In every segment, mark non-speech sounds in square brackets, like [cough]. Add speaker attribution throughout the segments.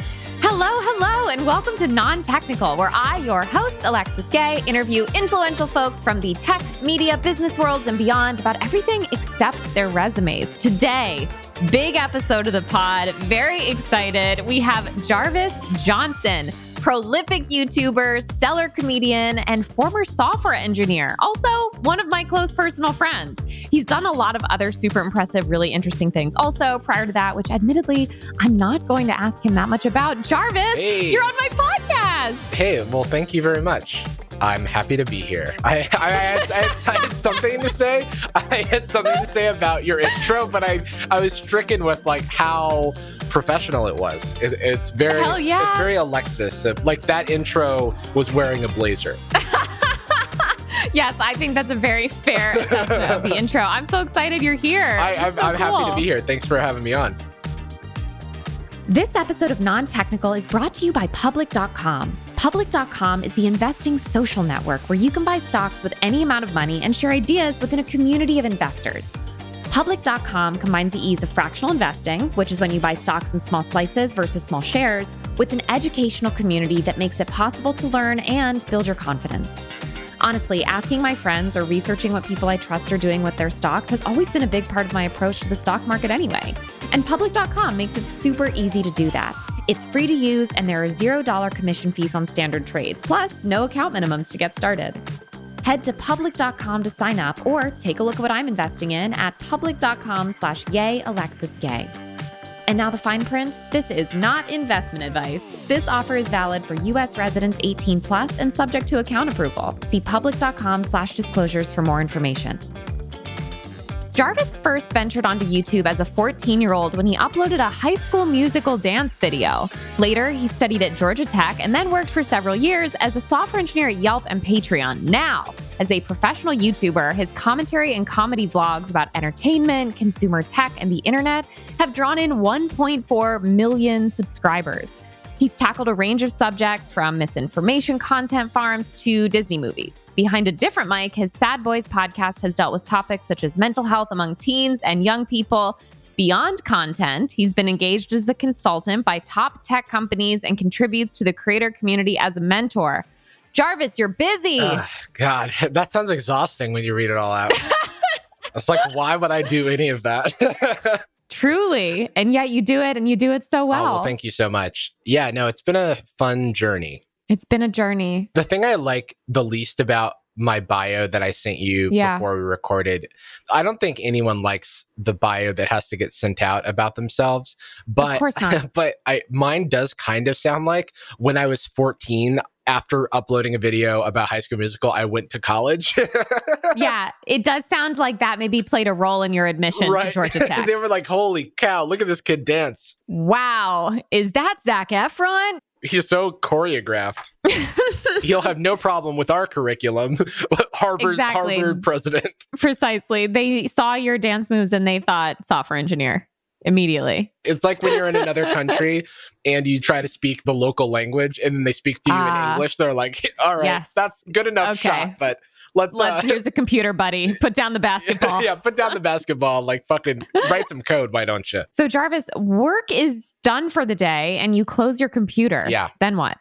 Speaker 1: Hello, hello, and welcome to Non Technical, where I, your host, Alexis Gay, interview influential folks from the tech, media, business worlds, and beyond about everything except their resumes. Today, big episode of the pod, very excited. We have Jarvis Johnson. Prolific YouTuber, stellar comedian, and former software engineer. Also, one of my close personal friends. He's done a lot of other super impressive, really interesting things. Also, prior to that, which admittedly, I'm not going to ask him that much about. Jarvis,
Speaker 2: Hey.
Speaker 1: you're on my podcast.
Speaker 2: Hey, well, thank you very much. I'm happy to be here. I, I, I, had, I, had, I had something to say. I had something to say about your intro, but I, I was stricken with like how professional it was. It, it's very,
Speaker 1: Hell yeah.
Speaker 2: it's very Alexis. Uh, Like that intro was wearing a blazer.
Speaker 1: Yes, I think that's a very fair assessment of
Speaker 2: [laughs]
Speaker 1: the intro. I'm so excited you're here.
Speaker 2: I,
Speaker 1: This is
Speaker 2: I'm,
Speaker 1: so
Speaker 2: I'm happy
Speaker 1: cool.
Speaker 2: to be here. Thanks for having me on.
Speaker 1: This episode of Non Technical is brought to you by Public.com. Public.com is the investing social network where you can buy stocks with any amount of money and share ideas within a community of investors. Public.com combines the ease of fractional investing, which is when you buy stocks in small slices versus small shares, with an educational community that makes it possible to learn and build your confidence. Honestly, asking my friends or researching what people I trust are doing with their stocks has always been a big part of my approach to the stock market anyway. And public.com makes it super easy to do that. It's free to use, and there are $0 commission fees on standard trades, plus no account minimums to get started. Head to public.com to sign up or take a look at what I'm investing in at public.com slash yay Alexis Gay. And now the fine print. This is not investment advice. This offer is valid for U.S. residents 18 plus and subject to account approval. See public.com slash disclosures for more information. Jarvis first ventured onto YouTube as a 14 year old when he uploaded a high school musical dance video. Later, he studied at Georgia Tech and then worked for several years as a software engineer at Yelp and Patreon. Now, as a professional YouTuber, his commentary and comedy vlogs about entertainment, consumer tech, and the internet have drawn in 1.4 million subscribers. He's tackled a range of subjects from misinformation content farms to Disney movies. Behind a different mic, his Sad Boys podcast has dealt with topics such as mental health among teens and young people. Beyond content, he's been engaged as a consultant by top tech companies and contributes to the creator community as a mentor. Jarvis, you're busy.
Speaker 2: Ugh, Ah, God, [laughs] that sounds exhausting when you read it
Speaker 1: [laughs]
Speaker 2: all out. It's like, why would I do any of that? [laughs]
Speaker 1: Truly. And yet you do it and you do it so
Speaker 2: Oh,
Speaker 1: well.
Speaker 2: well, thank you so much. Yeah, no, it's been a fun journey.
Speaker 1: it's been a journey.
Speaker 2: The thing I like the least about my bio that I sent you
Speaker 1: Yeah.
Speaker 2: before we recorded, I don't think anyone likes the bio that has to get sent out about themselves. But
Speaker 1: of course
Speaker 2: [laughs]
Speaker 1: not.
Speaker 2: but I mine does kind of sound like when I was 14 after uploading a video about High School Musical, I went to college. [laughs]
Speaker 1: yeah, it does sound like that maybe played a role in your admission to
Speaker 2: [laughs]
Speaker 1: Georgia Tech.
Speaker 2: they were like, "Holy cow, look at this kid dance.
Speaker 1: Wow, is that Zach Efron?
Speaker 2: He's so choreographed." He'll have no problem with our curriculum. [laughs] Harvard
Speaker 1: Exactly.
Speaker 2: Harvard president.
Speaker 1: Precisely. They saw your dance moves and they thought software engineer immediately.
Speaker 2: It's like when you're in another
Speaker 1: [laughs]
Speaker 2: country and you try to speak the local language and then they speak to you in
Speaker 1: Ah.
Speaker 2: English. They're like, [laughs] all right,
Speaker 1: Yes.
Speaker 2: that's good enough
Speaker 1: Okay.
Speaker 2: shot, but let's,
Speaker 1: Let's,
Speaker 2: uh,
Speaker 1: here's a computer,
Speaker 2: [laughs]
Speaker 1: buddy. Put down the [laughs] basketball.
Speaker 2: yeah, put down the basketball. Like, fucking write some code, why don't you?
Speaker 1: So, Jarvis, work is done for the day and you close your computer.
Speaker 2: Yeah.
Speaker 1: Then what?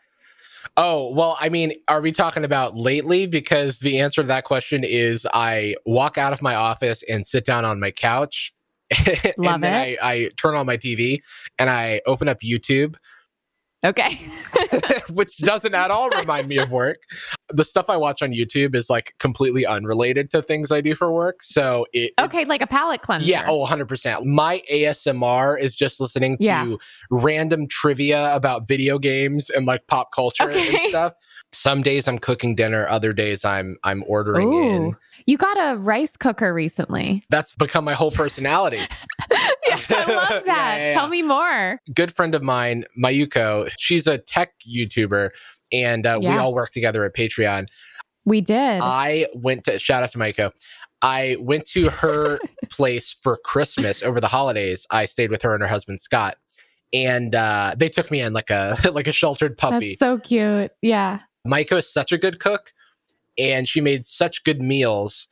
Speaker 2: Oh, well, I mean, are we talking about lately? Because the answer to that question is I walk out of my office and sit down on my couch. [laughs]
Speaker 1: Love
Speaker 2: and then I, I turn on my TV and I open up YouTube [laughs]
Speaker 1: Okay. [laughs]
Speaker 2: which doesn't at all remind me of work. The stuff I watch on YouTube is like completely unrelated to things I do for work. So it.
Speaker 1: okay, like a palate cleanser.
Speaker 2: Yeah, oh, 100%. My ASMR is just listening to
Speaker 1: Yeah.
Speaker 2: random trivia about video games and like pop culture
Speaker 1: Okay.
Speaker 2: and stuff. Some days I'm cooking dinner, other days I'm I'm ordering
Speaker 1: Ooh.
Speaker 2: in.
Speaker 1: You got a rice cooker recently.
Speaker 2: [laughs]
Speaker 1: [laughs]
Speaker 2: That's become my whole personality.
Speaker 1: yeah, I love that.
Speaker 2: Yeah, yeah, yeah.
Speaker 1: Tell me more.
Speaker 2: good friend of mine, Mayuko, she's a tech YouTuber and uh, we
Speaker 1: Yes.
Speaker 2: all work together at Patreon.
Speaker 1: We did.
Speaker 2: I went to shout out to Maiko. I went
Speaker 1: [laughs]
Speaker 2: to her place for Christmas over the holidays. I stayed with her and her husband Scott, and uh, they took me in like a [laughs] like a sheltered puppy.
Speaker 1: That's so cute. Yeah.
Speaker 2: Maiko is such a good cook, and she made such good meals.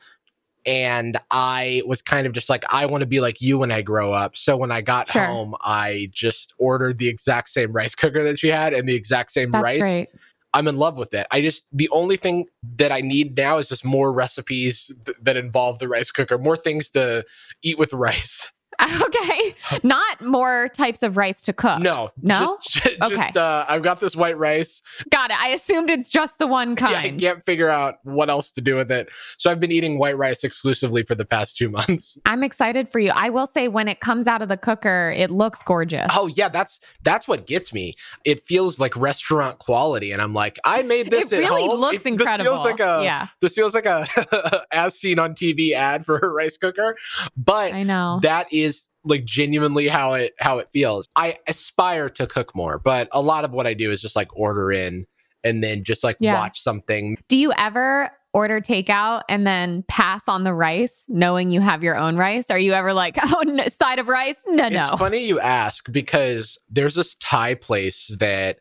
Speaker 2: and I was kind of just like, I want to be like you when I grow up. So when I got
Speaker 1: Sure.
Speaker 2: home, I just ordered the exact same rice cooker that she had and the exact same
Speaker 1: That's
Speaker 2: rice.
Speaker 1: great. [laughs]
Speaker 2: I'm in love with it. I just the only thing that I need now is just more recipes th- that involve the rice cooker, more things to eat with rice.
Speaker 1: Okay. Not more types of rice to cook.
Speaker 2: No,
Speaker 1: Uh, No?
Speaker 2: just, [laughs] just,
Speaker 1: Okay.
Speaker 2: uh, I've got this white rice.
Speaker 1: Got it. I assumed it's just the one
Speaker 2: Yeah, I
Speaker 1: kind.
Speaker 2: can't figure out what else to do with it, so I've been eating white rice exclusively for the past two [laughs] months.
Speaker 1: I'm excited for you. I will say when it comes out of the cooker, it looks gorgeous.
Speaker 2: Oh yeah, that's that's what gets me. It feels like restaurant quality, and I'm like, I made this.
Speaker 1: it
Speaker 2: at
Speaker 1: really
Speaker 2: home.
Speaker 1: looks
Speaker 2: It-
Speaker 1: incredible.
Speaker 2: This feels like a
Speaker 1: yeah,
Speaker 2: this feels like a [laughs] as seen on TV ad for a rice cooker, but
Speaker 1: I know.
Speaker 2: that is like genuinely how it how it feels i aspire to cook more but a lot of what i do is just like order in and then just like
Speaker 1: Yeah.
Speaker 2: watch something
Speaker 1: Do you ever order takeout and then pass on the rice, knowing you have your own rice? Are you ever like, [laughs] oh, no, side of rice? No, no.
Speaker 2: it's funny you ask because there's this thai place that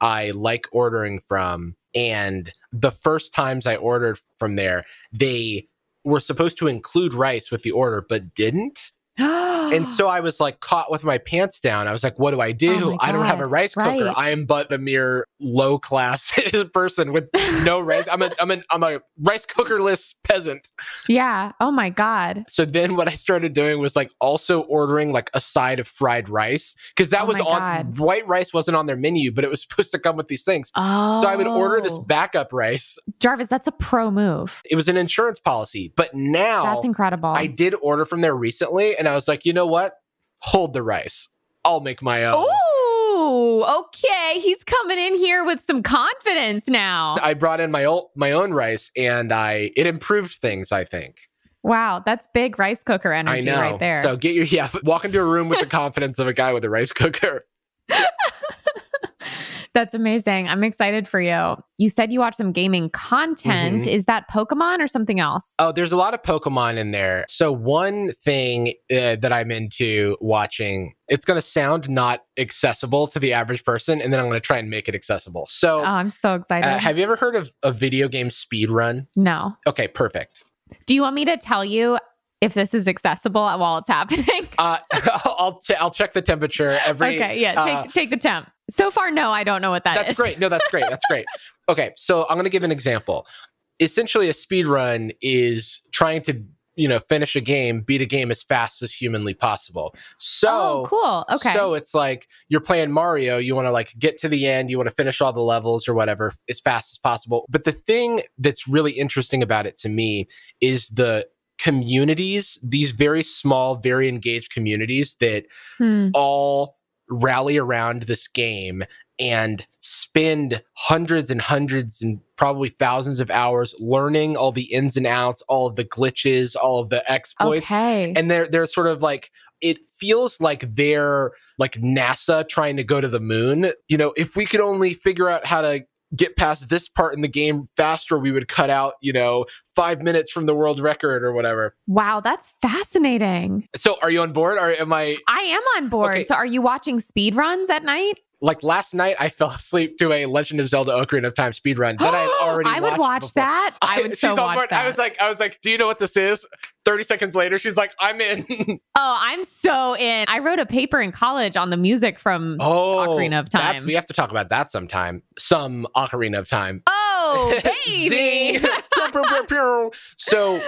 Speaker 2: i like ordering from and the first times i ordered from there they were supposed to include rice with the order but didn't
Speaker 1: [gasps]
Speaker 2: and
Speaker 1: Oh.
Speaker 2: so i was like caught with my pants down i was like what do i do
Speaker 1: my
Speaker 2: i don't have
Speaker 1: God.
Speaker 2: a rice cooker
Speaker 1: Right.
Speaker 2: i am but a mere low class [laughs] person with no rice. I'm a I'm an I'm a rice cookerless peasant.
Speaker 1: yeah. Oh my god.
Speaker 2: So then what I started doing was like also ordering like a side of fried rice because that
Speaker 1: Oh
Speaker 2: was
Speaker 1: my
Speaker 2: on
Speaker 1: God.
Speaker 2: white rice wasn't on their menu, but it was [laughs] supposed to come with these things.
Speaker 1: Oh.
Speaker 2: So I would order this backup rice.
Speaker 1: Jarvis, that's a pro move.
Speaker 2: It was an insurance policy, but now
Speaker 1: That's incredible.
Speaker 2: I did order from there recently, and I was like, you know what? Hold the rice. I'll make my own.
Speaker 1: Oh, okay. He's coming in here with some confidence now.
Speaker 2: I brought in my own my own rice, and I it improved things. I think.
Speaker 1: Wow, that's big rice cooker energy
Speaker 2: I know.
Speaker 1: right there.
Speaker 2: So get your yeah. [laughs] Walk into a room
Speaker 1: [laughs]
Speaker 2: with the confidence of a guy with a rice cooker.
Speaker 1: that's amazing. I'm excited for you. You said you watched some gaming content.
Speaker 2: Mm-hmm.
Speaker 1: Is that Pokemon or something else?
Speaker 2: Oh, there's a lot of Pokemon in there. So one thing uh, that I'm into watching, it's going to sound not accessible to the average person, and then I'm going to try and make it accessible. So.
Speaker 1: Oh, I'm so excited.
Speaker 2: uh, have you ever heard of a video game speed run?
Speaker 1: no.
Speaker 2: Okay, perfect.
Speaker 1: Do you want me to tell you if this is accessible [laughs] while it's happening?
Speaker 2: Uh, I'll che- I'll check the temperature [laughs] every
Speaker 1: okay, yeah. Take
Speaker 2: uh,
Speaker 1: take the temp. So far, no, I don't know what that
Speaker 2: that's
Speaker 1: is.
Speaker 2: great no that's great that's great okay so i'm going to give an example essentially a speed run is trying to you know finish a game beat a game as fast as humanly possible so
Speaker 1: oh, cool. Okay.
Speaker 2: So it's like you're playing Mario, you want to like get to the end, you want to finish all the levels or whatever as fast as possible. But the thing that's really interesting about it to me is the communities, these very small, very engaged communities that
Speaker 1: Hmm.
Speaker 2: all rally around this game and spend hundreds and hundreds and probably thousands of hours learning all the ins and outs, all of the glitches, all of the exploits.
Speaker 1: okay.
Speaker 2: And they're they're sort of like it feels like they're like NASA trying to go to the moon. You know, if we could only figure out how to get past this part in the game faster, we would cut out, you know, five minutes from the world record or whatever.
Speaker 1: wow, that's fascinating.
Speaker 2: So are you on board? Or am I
Speaker 1: I am on board.
Speaker 2: Okay.
Speaker 1: So are you watching speed runs at night?
Speaker 2: like last night I [laughs] fell asleep to a Legend of Zelda Ocarina of Time speedrun that
Speaker 1: [gasps]
Speaker 2: I had already
Speaker 1: I would watch
Speaker 2: watched before.
Speaker 1: that.
Speaker 2: [laughs]
Speaker 1: I would so
Speaker 2: she's on
Speaker 1: watch
Speaker 2: board.
Speaker 1: that.
Speaker 2: I was like, I was like, do you know what this is? Thirty seconds later, she's like,
Speaker 1: [laughs]
Speaker 2: I'm in. [laughs]
Speaker 1: oh, I'm so in. I wrote a paper in college on the music from Oh,
Speaker 2: Oh,
Speaker 1: Ocarina of
Speaker 2: that's-
Speaker 1: Time.
Speaker 2: we have to talk about that sometime. Some Ocarina of Time.
Speaker 1: Oh,
Speaker 2: [laughs]
Speaker 1: baby.
Speaker 2: Zing. Pew, pew, pew, pew.
Speaker 1: [laughs]
Speaker 2: so,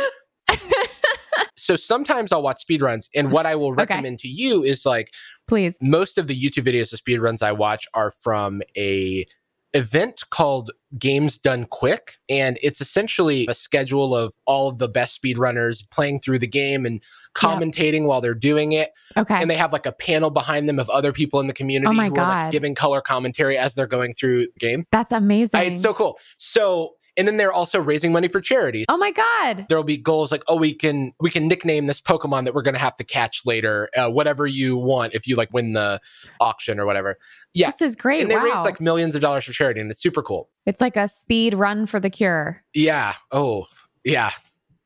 Speaker 2: so sometimes I'll watch speedruns, and what I will recommend to you is like
Speaker 1: Please.
Speaker 2: most of the YouTube videos of speedruns I watch are from a event called Games Done Quick. And it's essentially a schedule of all of the best speedrunners playing through the game and commentating while they're doing it.
Speaker 1: Okay.
Speaker 2: And they have like a panel behind them of other people in the community
Speaker 1: Oh my
Speaker 2: who are like
Speaker 1: God.
Speaker 2: giving color commentary as they're going through the game.
Speaker 1: that's amazing.
Speaker 2: I, it's so cool. So and then they're also raising money for charities
Speaker 1: oh my God.
Speaker 2: there'll be goals like oh we can we can nickname this pokemon that we're going to have to catch later uh, whatever you want if you like win the auction or whatever yeah.
Speaker 1: This is great.
Speaker 2: and they
Speaker 1: wow.
Speaker 2: raise like millions of dollars for charity and it's super cool
Speaker 1: it's like a speed run for the cure.
Speaker 2: yeah oh yeah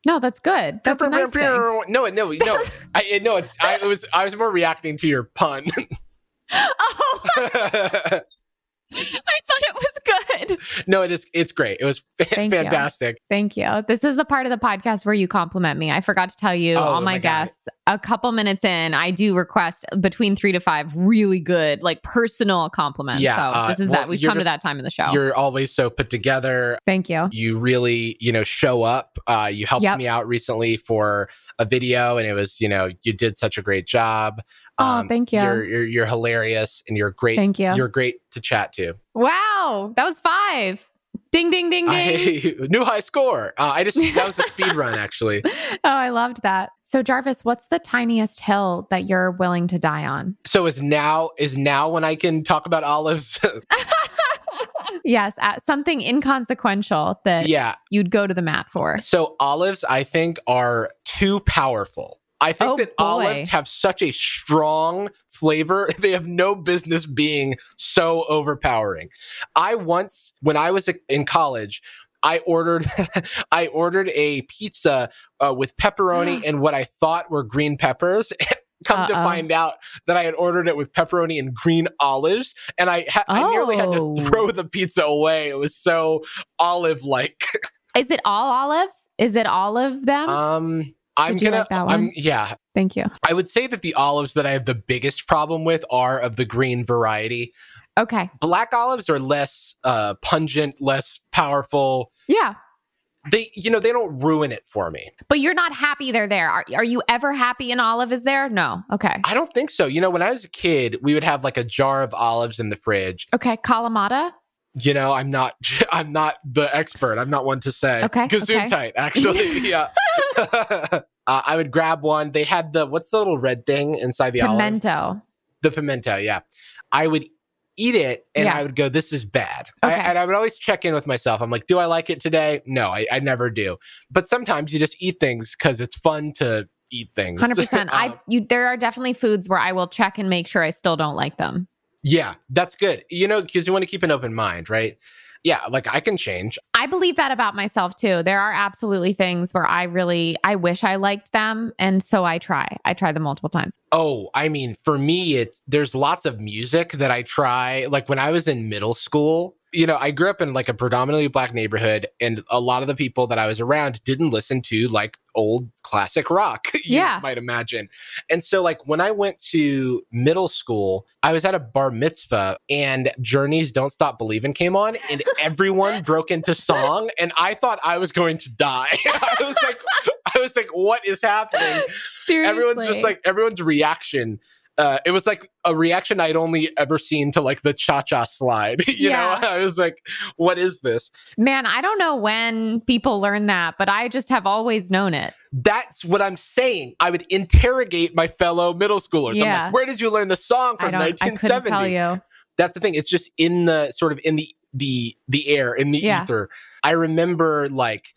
Speaker 1: No, that's good. That's a nice [laughs] thing.
Speaker 2: no no no i no it's i it was i was more reacting to your
Speaker 1: [laughs]
Speaker 2: pun [laughs]
Speaker 1: Oh, I thought it was good.
Speaker 2: No, it is. It's great. It was fa-
Speaker 1: Thank you.
Speaker 2: fantastic.
Speaker 1: Thank you. This is the part of the podcast where you compliment me. I forgot to tell you,
Speaker 2: Oh,
Speaker 1: all
Speaker 2: oh
Speaker 1: my
Speaker 2: my God.
Speaker 1: guests, a couple minutes in, I do request between three to five really good, like personal compliments.
Speaker 2: Yeah,
Speaker 1: so
Speaker 2: uh,
Speaker 1: this is
Speaker 2: well,
Speaker 1: that. We've
Speaker 2: you're
Speaker 1: come to
Speaker 2: just-
Speaker 1: that time in the show.
Speaker 2: You're always so put together.
Speaker 1: Thank you.
Speaker 2: You really, you know, show up. Uh, you helped
Speaker 1: Yep.
Speaker 2: me out recently for a video, and it was, you know, you did such a great job.
Speaker 1: Oh,
Speaker 2: Um,
Speaker 1: thank you.
Speaker 2: You're, you're you're hilarious, and you're great.
Speaker 1: Thank you.
Speaker 2: You're great to chat to.
Speaker 1: wow. That was five. Ding, ding, ding, ding.
Speaker 2: [laughs] I, new high score. Uh, I just that was a speed run actually.
Speaker 1: oh, I loved that. So, Jarvis, what's the tiniest hill that you're willing to die on?
Speaker 2: So is now is now when I can talk about olives? [laughs]
Speaker 1: yes, at something inconsequential that
Speaker 2: yeah.
Speaker 1: you'd go to the mat for.
Speaker 2: So olives, I think, are too powerful. I think
Speaker 1: Oh,
Speaker 2: that
Speaker 1: boy.
Speaker 2: olives have such a strong flavor. [laughs] They have no business being so overpowering. I once, when I was uh, in college, I ordered, [laughs] I ordered a pizza uh,
Speaker 1: [gasps]
Speaker 2: with pepperoni and what I thought were green peppers. [laughs] Come to
Speaker 1: Uh-oh.
Speaker 2: find out that I had ordered it with pepperoni and green olives, and I ha- I nearly had
Speaker 1: Oh.
Speaker 2: to throw the pizza away. It was so olive-like.
Speaker 1: Is it all olives? Is it all of them?
Speaker 2: Um, I'm
Speaker 1: Did you
Speaker 2: gonna.
Speaker 1: like that one?
Speaker 2: I'm yeah.
Speaker 1: Thank you.
Speaker 2: I would say that the olives that I have the biggest problem with are of the green variety.
Speaker 1: Okay.
Speaker 2: Black olives are less uh, pungent, less powerful.
Speaker 1: Yeah.
Speaker 2: They, you know, they don't ruin it for me.
Speaker 1: But you're not happy they're there. Are, are you ever happy an olive is there? No. Okay.
Speaker 2: I don't think so. You know, when I was a kid, we would have like a jar of olives in the fridge.
Speaker 1: Okay. Kalamata.
Speaker 2: You know, I'm not, [laughs] I'm not the expert. I'm not one to say.
Speaker 1: Okay,
Speaker 2: Gazoom
Speaker 1: okay.
Speaker 2: tight,
Speaker 1: [laughs]
Speaker 2: actually. yeah. [laughs] uh, I would grab one. They had the what's the little red thing inside the olive?
Speaker 1: Pimento.
Speaker 2: the pimento yeah i would eat it and
Speaker 1: Yeah.
Speaker 2: i would go this is bad
Speaker 1: Okay.
Speaker 2: I, and i would always check in with myself i'm like do i like it today no i, I never do but sometimes you just eat things because it's fun to eat things
Speaker 1: Hundred
Speaker 2: [laughs]
Speaker 1: percent. I
Speaker 2: Um,
Speaker 1: you. There are definitely foods where I will check and make sure I still don't like them.
Speaker 2: yeah that's good you know because you want to keep an open mind right yeah like i can change
Speaker 1: I believe that about myself too. There are absolutely things where I really I wish I liked them, and so I try. I try them multiple times.
Speaker 2: oh i mean for me it there's lots of music that i try like when i was in middle school you know i grew up in like a predominantly black neighborhood and a lot of the people that i was around didn't listen to like old classic rock [laughs] you
Speaker 1: Yeah.
Speaker 2: might imagine and so like when i went to middle school i was at a bar mitzvah and journeys don't stop believing came on and everyone broke into song and i thought i was going to die [laughs] i was like i was like what is happening
Speaker 1: Seriously,
Speaker 2: everyone's just like everyone's reaction uh it was like a reaction i'd only ever seen to like the cha-cha slide [laughs] you know
Speaker 1: Yeah.
Speaker 2: i was like what is this
Speaker 1: man. I don't know when people learn that, but I just have always known it.
Speaker 2: that's what i'm saying i would interrogate my fellow middle schoolers i'm
Speaker 1: Yeah.
Speaker 2: like where did you learn the song
Speaker 1: I
Speaker 2: from
Speaker 1: don't. I couldn't tell
Speaker 2: 1970
Speaker 1: you.
Speaker 2: that's the thing it's just in the sort of in the the the air in the
Speaker 1: Yeah.
Speaker 2: ether i remember like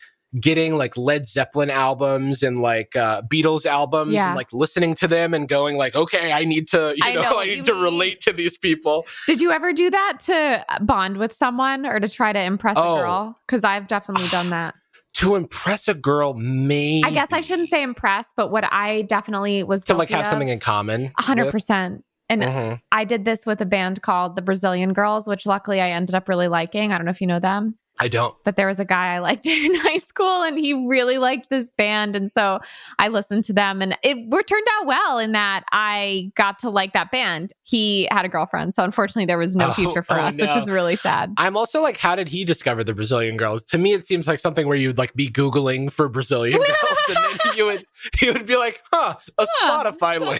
Speaker 2: getting like led zeppelin albums and like uh beatles albums
Speaker 1: Yeah.
Speaker 2: and like listening to them and going like okay i need to you
Speaker 1: I
Speaker 2: know,
Speaker 1: know
Speaker 2: [laughs] i
Speaker 1: what you
Speaker 2: need to
Speaker 1: mean.
Speaker 2: relate to these people
Speaker 1: Did you ever do that to bond with someone or to try to impress
Speaker 2: Oh.
Speaker 1: a girl? Because I've definitely done that.
Speaker 2: to impress a girl maybe
Speaker 1: I guess I shouldn't say impress, but what I definitely was
Speaker 2: to like
Speaker 1: guilty
Speaker 2: have
Speaker 1: of,
Speaker 2: something in common
Speaker 1: 100%. And
Speaker 2: Mhm.
Speaker 1: I did this with a band called the Brazilian Girls, which luckily I ended up really liking. I don't know if you know them.
Speaker 2: i don't
Speaker 1: but there was a guy I [laughs] liked in high school and he really liked this band. And so I listened to them and it were turned out well in that I got to like that band. He had a girlfriend. So unfortunately there was no
Speaker 2: Oh,
Speaker 1: future for
Speaker 2: oh,
Speaker 1: us,
Speaker 2: no.
Speaker 1: which is really
Speaker 2: [laughs]
Speaker 1: sad.
Speaker 2: i'm also like how did he discover the brazilian girls to me it seems like something where you'd like be googling
Speaker 1: [laughs]
Speaker 2: for brazilian girls and then you would you would be like huh a
Speaker 1: Huh.
Speaker 2: spotify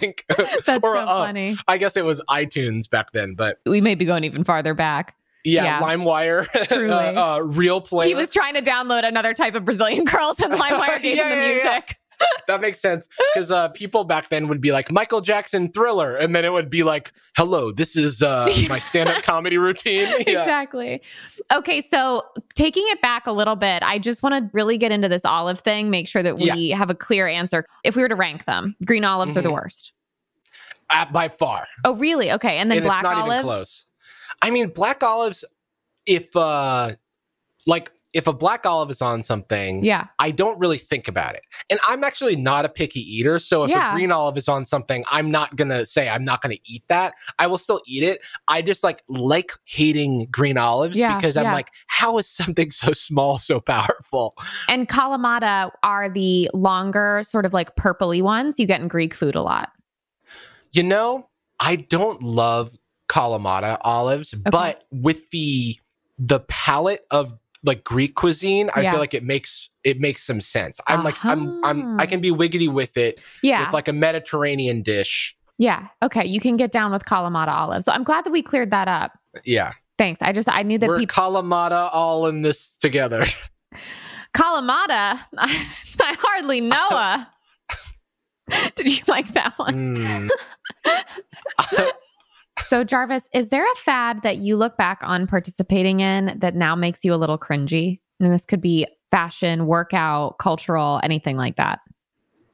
Speaker 1: [laughs]
Speaker 2: link [laughs]
Speaker 1: That's
Speaker 2: Or,
Speaker 1: so
Speaker 2: uh,
Speaker 1: funny.
Speaker 2: i guess it was itunes back then but
Speaker 1: We may be going even farther back.
Speaker 2: yeah,
Speaker 1: Yeah.
Speaker 2: limewire [laughs]
Speaker 1: Truly.
Speaker 2: uh, uh, real play
Speaker 1: He was trying to download another type of Brazilian [laughs] girls
Speaker 2: [laughs]
Speaker 1: and LimeWire gave
Speaker 2: Yeah,
Speaker 1: him the
Speaker 2: yeah,
Speaker 1: music.
Speaker 2: yeah. [laughs] that makes sense because uh, people back then would be like michael jackson thriller and then it would be like hello this is
Speaker 1: [laughs]
Speaker 2: uh, my stand-up comedy routine [laughs] yeah
Speaker 1: Exactly. Okay, so taking it back a little bit, I just want to really get into this olive thing, make sure that we have a clear answer. If we were to rank them, green olives are the
Speaker 2: Mhm.
Speaker 1: worst.
Speaker 2: Uh, by far
Speaker 1: Oh, really? Okay. And then
Speaker 2: and
Speaker 1: black
Speaker 2: it's not
Speaker 1: olives.
Speaker 2: even close. I mean, black olives, if uh like if a black olive is on something,
Speaker 1: Yeah.
Speaker 2: I don't really think about it. And I'm actually not a picky eater. So if
Speaker 1: Yeah.
Speaker 2: a green olive is on something, I'm not going to say I'm not going to eat that. I will still eat it. I just like like hating green olives
Speaker 1: Yeah,
Speaker 2: because
Speaker 1: yeah.
Speaker 2: I'm like, how is something so small so powerful?
Speaker 1: And Kalamata are the longer, sort of like purpley ones you get in Greek food a lot.
Speaker 2: You know, I don't love Kalamata olives, but with the the palette of like Greek cuisine, I
Speaker 1: Yeah.
Speaker 2: feel like it makes it makes some sense. I'm like I'm I'm
Speaker 1: Uh-huh.
Speaker 2: I can be wiggity with it
Speaker 1: Yeah.
Speaker 2: with like a Mediterranean dish.
Speaker 1: yeah. Okay. You can get down with Kalamata olives. So I'm glad that we cleared that up.
Speaker 2: Yeah.
Speaker 1: Thanks. I just, I knew that
Speaker 2: We're
Speaker 1: people,
Speaker 2: Kalamata all in this
Speaker 1: [laughs]
Speaker 2: together.
Speaker 1: Kalamata, [laughs] I, hardly know. a- [laughs] Did you like that one?
Speaker 2: Mm.
Speaker 1: So, Jarvis, is there a fad that you look back on participating in that now makes you a little cringy? And this could be fashion, workout, cultural, anything like that.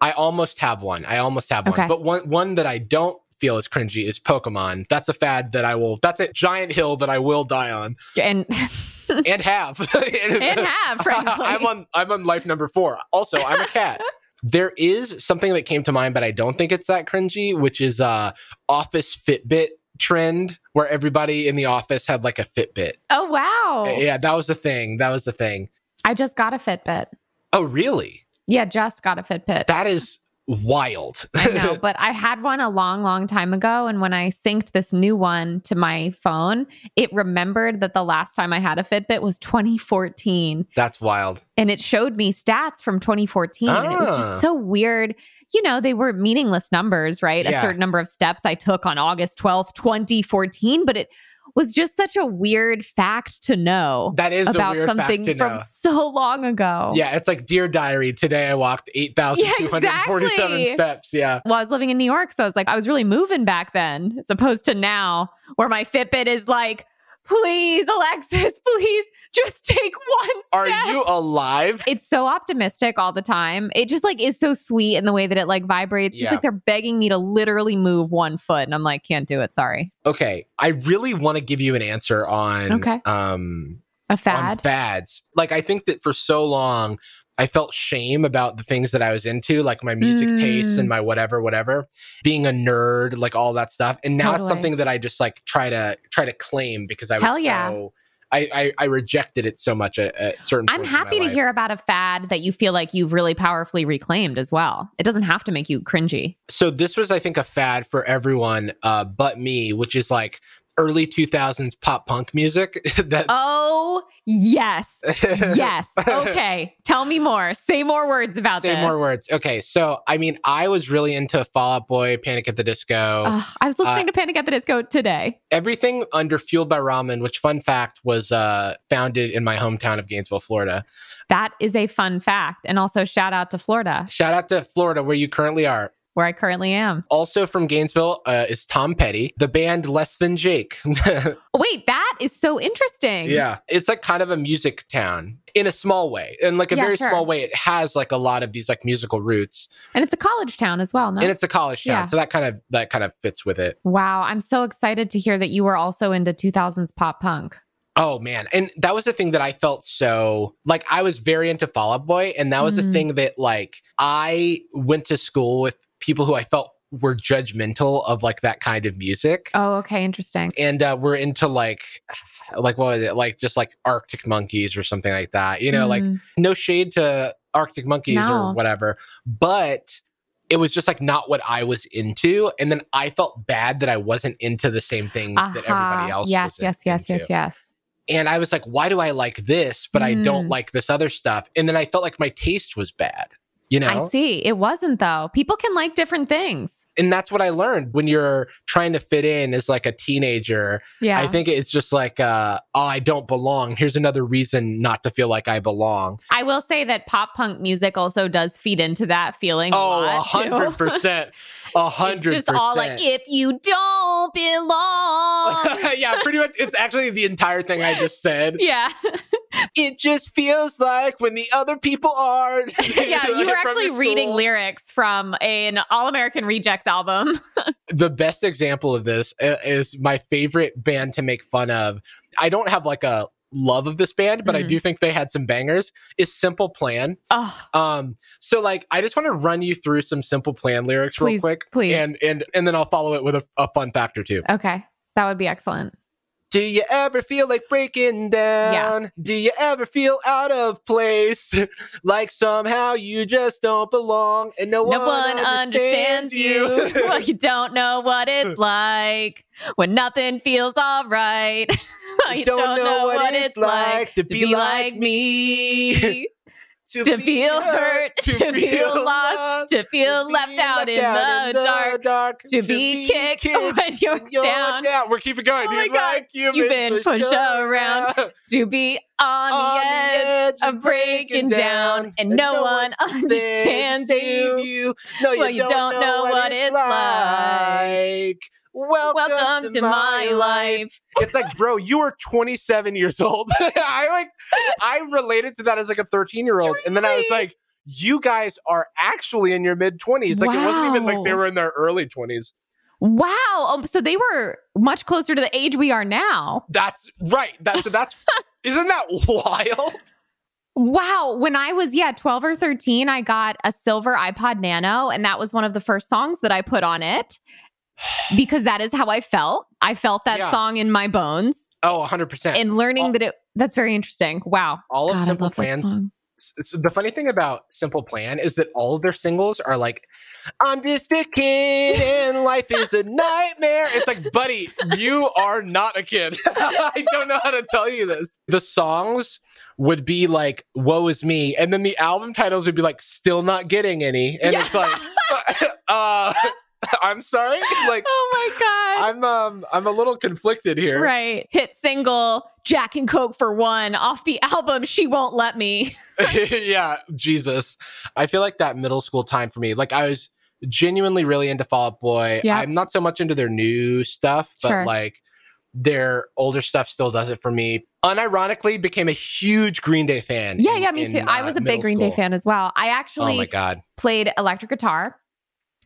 Speaker 2: I almost have one. I almost have
Speaker 1: Okay.
Speaker 2: one. But one one that I don't feel is cringy is Pokemon. That's a fad that I will that's a giant hill that I will die on.
Speaker 1: And [laughs]
Speaker 2: And have. [laughs]
Speaker 1: and have, frankly.
Speaker 2: I'm on I'm on life number four. Also, I'm
Speaker 1: [laughs]
Speaker 2: a cat. there is something that came to mind, but I don't think it's that cringy, which is uh office Fitbit trend where everybody in the office had like a Fitbit.
Speaker 1: oh wow.
Speaker 2: Yeah, that was the thing. That was the thing.
Speaker 1: I just got a Fitbit.
Speaker 2: Oh really?
Speaker 1: Yeah, just got a Fitbit.
Speaker 2: That is wild. [laughs]
Speaker 1: I know, but I had one a long, long time ago. And when I synced this new one to my phone, it remembered that the last time I had a Fitbit was 2014.
Speaker 2: That's wild.
Speaker 1: and it showed me stats from 2014 and it was
Speaker 2: Ah.
Speaker 1: just so weird you know they were meaningless numbers right a
Speaker 2: Yeah.
Speaker 1: certain number of steps i took on august 12th 2014 but it was just such a weird fact to know
Speaker 2: That is a
Speaker 1: about
Speaker 2: weird
Speaker 1: something
Speaker 2: fact to
Speaker 1: from oh.
Speaker 2: know.
Speaker 1: so long ago
Speaker 2: Yeah, it's like Dear Diary. Today
Speaker 1: [laughs]
Speaker 2: I walked 8,247
Speaker 1: Yeah, exactly.
Speaker 2: steps. Yeah.
Speaker 1: well, I was living in New York, so I was like, I was really moving back then, as opposed to now, where my Fitbit is like, please, Alexis, [laughs] please just take one step.
Speaker 2: Are you alive?
Speaker 1: it's so optimistic all the time. It just like is so sweet in the way that it like vibrates. Just
Speaker 2: Yeah.
Speaker 1: like they're begging me to literally move one foot, and I'm like, can't do it. Sorry.
Speaker 2: Okay. I really want to give you an answer on
Speaker 1: Okay.
Speaker 2: um
Speaker 1: A
Speaker 2: on
Speaker 1: fad.
Speaker 2: fads. Like I think that for so long I felt shame about the things that I was into, like my music
Speaker 1: Mm.
Speaker 2: tastes and my whatever, whatever, being a nerd, like all that stuff. And now
Speaker 1: Totally.
Speaker 2: it's something that I just like try to try to claim because I was
Speaker 1: Hell yeah.
Speaker 2: so I, I I rejected it so much at, at certain.
Speaker 1: I'm
Speaker 2: points in my
Speaker 1: happy to
Speaker 2: life.
Speaker 1: hear about a fad that you feel like you've really powerfully reclaimed as well. It doesn't have to make you cringy.
Speaker 2: So this was, I think, a fad for everyone uh, but me, which is like early 2000s pop punk music. [laughs] that
Speaker 1: Oh, yes. Yes. Okay. Tell me more. Say more words about
Speaker 2: [laughs] Say
Speaker 1: this.
Speaker 2: more words. Okay, so I mean, I was really into Fall Out Boy, Panic at the Disco,
Speaker 1: Ugh, I was
Speaker 2: Uh,
Speaker 1: listening to Panic at the Disco today.
Speaker 2: everything under Fueled by Ramen, which, fun fact, was uh, founded in my hometown of Gainesville, Florida.
Speaker 1: That is a fun fact. And also, shout out to Florida,
Speaker 2: Shout out to Florida, where you currently are.
Speaker 1: where I currently am.
Speaker 2: Also from Gainesville uh, is Tom Petty, the band Less Than Jake. [laughs]
Speaker 1: Wait, that is so interesting.
Speaker 2: Yeah. It's like kind of a music town in a small way. In like a
Speaker 1: Yeah,
Speaker 2: very
Speaker 1: sure.
Speaker 2: small way, it has like a lot of these like musical roots.
Speaker 1: And it's a college town as well, no?
Speaker 2: And it's a college town.
Speaker 1: Yeah.
Speaker 2: So that kind of that kind of fits with it.
Speaker 1: wow, I'm so excited to hear that you were also into 2000s pop punk.
Speaker 2: Oh man. And that was the thing that I felt so like I was very into Fall Out Boy. And that was
Speaker 1: Mm.
Speaker 2: the thing that like I went to school with people who I felt were judgmental of like that kind of music.
Speaker 1: Oh, okay, interesting.
Speaker 2: and uh, we're into like [sighs] like what was it like just like arctic monkeys or something like that you know like
Speaker 1: Mm.
Speaker 2: no shade to Arctic Monkeys
Speaker 1: No.
Speaker 2: or whatever, but it was just like not what I was into. And then I felt bad that I wasn't into the same things that
Speaker 1: Aha.
Speaker 2: everybody else
Speaker 1: Uh-huh. Yes,
Speaker 2: was
Speaker 1: yes, yes, yes,
Speaker 2: into.
Speaker 1: yes.
Speaker 2: And I was like, why do I like this, but I don't
Speaker 1: Mm.
Speaker 2: like this other stuff? And then I felt like my taste was bad, you know?
Speaker 1: I see. It wasn't though. People can like different things.
Speaker 2: And that's what I learned when you're trying to fit in as like a teenager.
Speaker 1: Yeah.
Speaker 2: I think it's just like, uh, oh, I don't belong. Here's another reason not to feel like I belong.
Speaker 1: I will say that pop punk music also does feed into that feeling. a
Speaker 2: Oh,
Speaker 1: lot,
Speaker 2: a hundred
Speaker 1: too. [laughs]
Speaker 2: percent, a
Speaker 1: It's
Speaker 2: hundred percent.
Speaker 1: just all like if you don't
Speaker 2: [laughs]
Speaker 1: belong.
Speaker 2: yeah, pretty much. It's actually the entire thing I
Speaker 1: [laughs]
Speaker 2: just said. [laughs]
Speaker 1: yeah.
Speaker 2: It just feels like when the other people are. [laughs]
Speaker 1: yeah, you were
Speaker 2: From
Speaker 1: actually
Speaker 2: the
Speaker 1: reading
Speaker 2: school.
Speaker 1: lyrics from an All American Rejects album. [laughs]
Speaker 2: The best uh, example of this i- is my favorite band to make fun of. I don't have like a love of this band, but I
Speaker 1: Mhm.
Speaker 2: do think they had some bangers, is Simple Plan.
Speaker 1: Oh,
Speaker 2: Um, so like I just want to run you through some Simple Plan lyrics real
Speaker 1: please,
Speaker 2: quick.
Speaker 1: please.
Speaker 2: And and and then I'll follow it with a, a fun factor too.
Speaker 1: okay, that would be excellent.
Speaker 2: Do you ever feel like breaking down? Do you ever feel out of place? [laughs] like somehow you just don't belong and no,
Speaker 1: no one understands you. [laughs]
Speaker 2: [laughs]
Speaker 1: well, you don't know what [laughs] it's like when nothing feels all right. [laughs] Well, you don't, know, what, it's like,
Speaker 2: to, be,
Speaker 1: [laughs]
Speaker 2: like, me,
Speaker 1: to feel hurt, to feel lost, to feel
Speaker 2: be
Speaker 1: left out in
Speaker 2: out
Speaker 1: the dark, to be kicked [laughs] when you're
Speaker 2: You're
Speaker 1: down,
Speaker 2: down. We're keeping going.
Speaker 1: Oh
Speaker 2: You're
Speaker 1: my God.
Speaker 2: like, You've,
Speaker 1: You've been pushed around to be on the edge.
Speaker 2: of
Speaker 1: of breaking down, and no one [laughs] understands
Speaker 2: save
Speaker 1: you.
Speaker 2: you. No,
Speaker 1: Well, you don't know what it's like.
Speaker 2: like.
Speaker 1: Welcome to my life.
Speaker 2: It's like, bro, you are 27 years old. [laughs] I like, I related to that as like a 13 year old, and then I was
Speaker 1: Truly.
Speaker 2: like, you guys are actually in your mid 20s. Like, it wasn't even like they
Speaker 1: Wow.
Speaker 2: were in their early 20s.
Speaker 1: Wow. Oh, so they were much closer to the age we are now.
Speaker 2: That's right.
Speaker 1: [laughs]
Speaker 2: That's that's. Isn't that wild?
Speaker 1: Wow. When I was, yeah, 12 or 13, I got a silver iPod Nano, and that was one of the first songs that I put on
Speaker 2: [sighs]
Speaker 1: it because that is how I felt. I felt that
Speaker 2: Yeah.
Speaker 1: song in my bones
Speaker 2: Oh, 100%.
Speaker 1: and learning that it, that's very interesting. Wow.
Speaker 2: All of
Speaker 1: God, I
Speaker 2: Simple
Speaker 1: love that
Speaker 2: Plan's
Speaker 1: song.
Speaker 2: S- so the funny thing about Simple Plan is that all of their singles are like, I'm just a kid and life is a nightmare. It's like, buddy, you are not a kid. [laughs] I don't know how to tell you this. The songs would be like, Woe is me. And then the album titles would be like, Still Not Getting Any. And it's like, [laughs] uh, I'm sorry.
Speaker 1: [laughs]
Speaker 2: Like,
Speaker 1: [laughs] Oh my God.
Speaker 2: I'm um I'm a little conflicted here.
Speaker 1: Right. Hit single, Jack and Coke for one, off the [laughs] album, She Won't Let Me.
Speaker 2: [laughs] yeah, Jesus. I feel like that middle school time for me, like I was genuinely really into Fall Out Boy.
Speaker 1: Yeah.
Speaker 2: I'm not so much into their new stuff, but
Speaker 1: Sure.
Speaker 2: like their older stuff still does it for me. Unironically, became a huge Green Day fan.
Speaker 1: Yeah,
Speaker 2: in-
Speaker 1: yeah, me too.
Speaker 2: in,
Speaker 1: I
Speaker 2: uh,
Speaker 1: was a
Speaker 2: middle
Speaker 1: big Green Day
Speaker 2: school.
Speaker 1: fan as well. I
Speaker 2: Oh my
Speaker 1: actually
Speaker 2: god.
Speaker 1: played electric guitar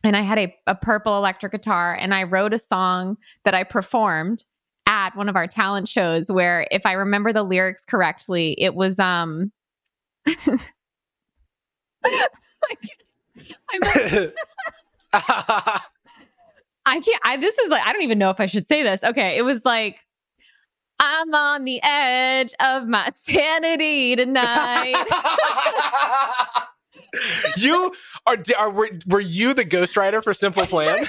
Speaker 1: and I had a, a purple electric guitar and I wrote a song that I performed at one of our talent shows where if I remember the lyrics correctly, it was um [laughs] I'm like, [laughs] I can't. I this is like I don't even know if I should say this. Okay, it was like I'm on the edge of my [laughs] sanity tonight.
Speaker 2: [laughs] you are, are were, were you the ghostwriter for Simple Plan?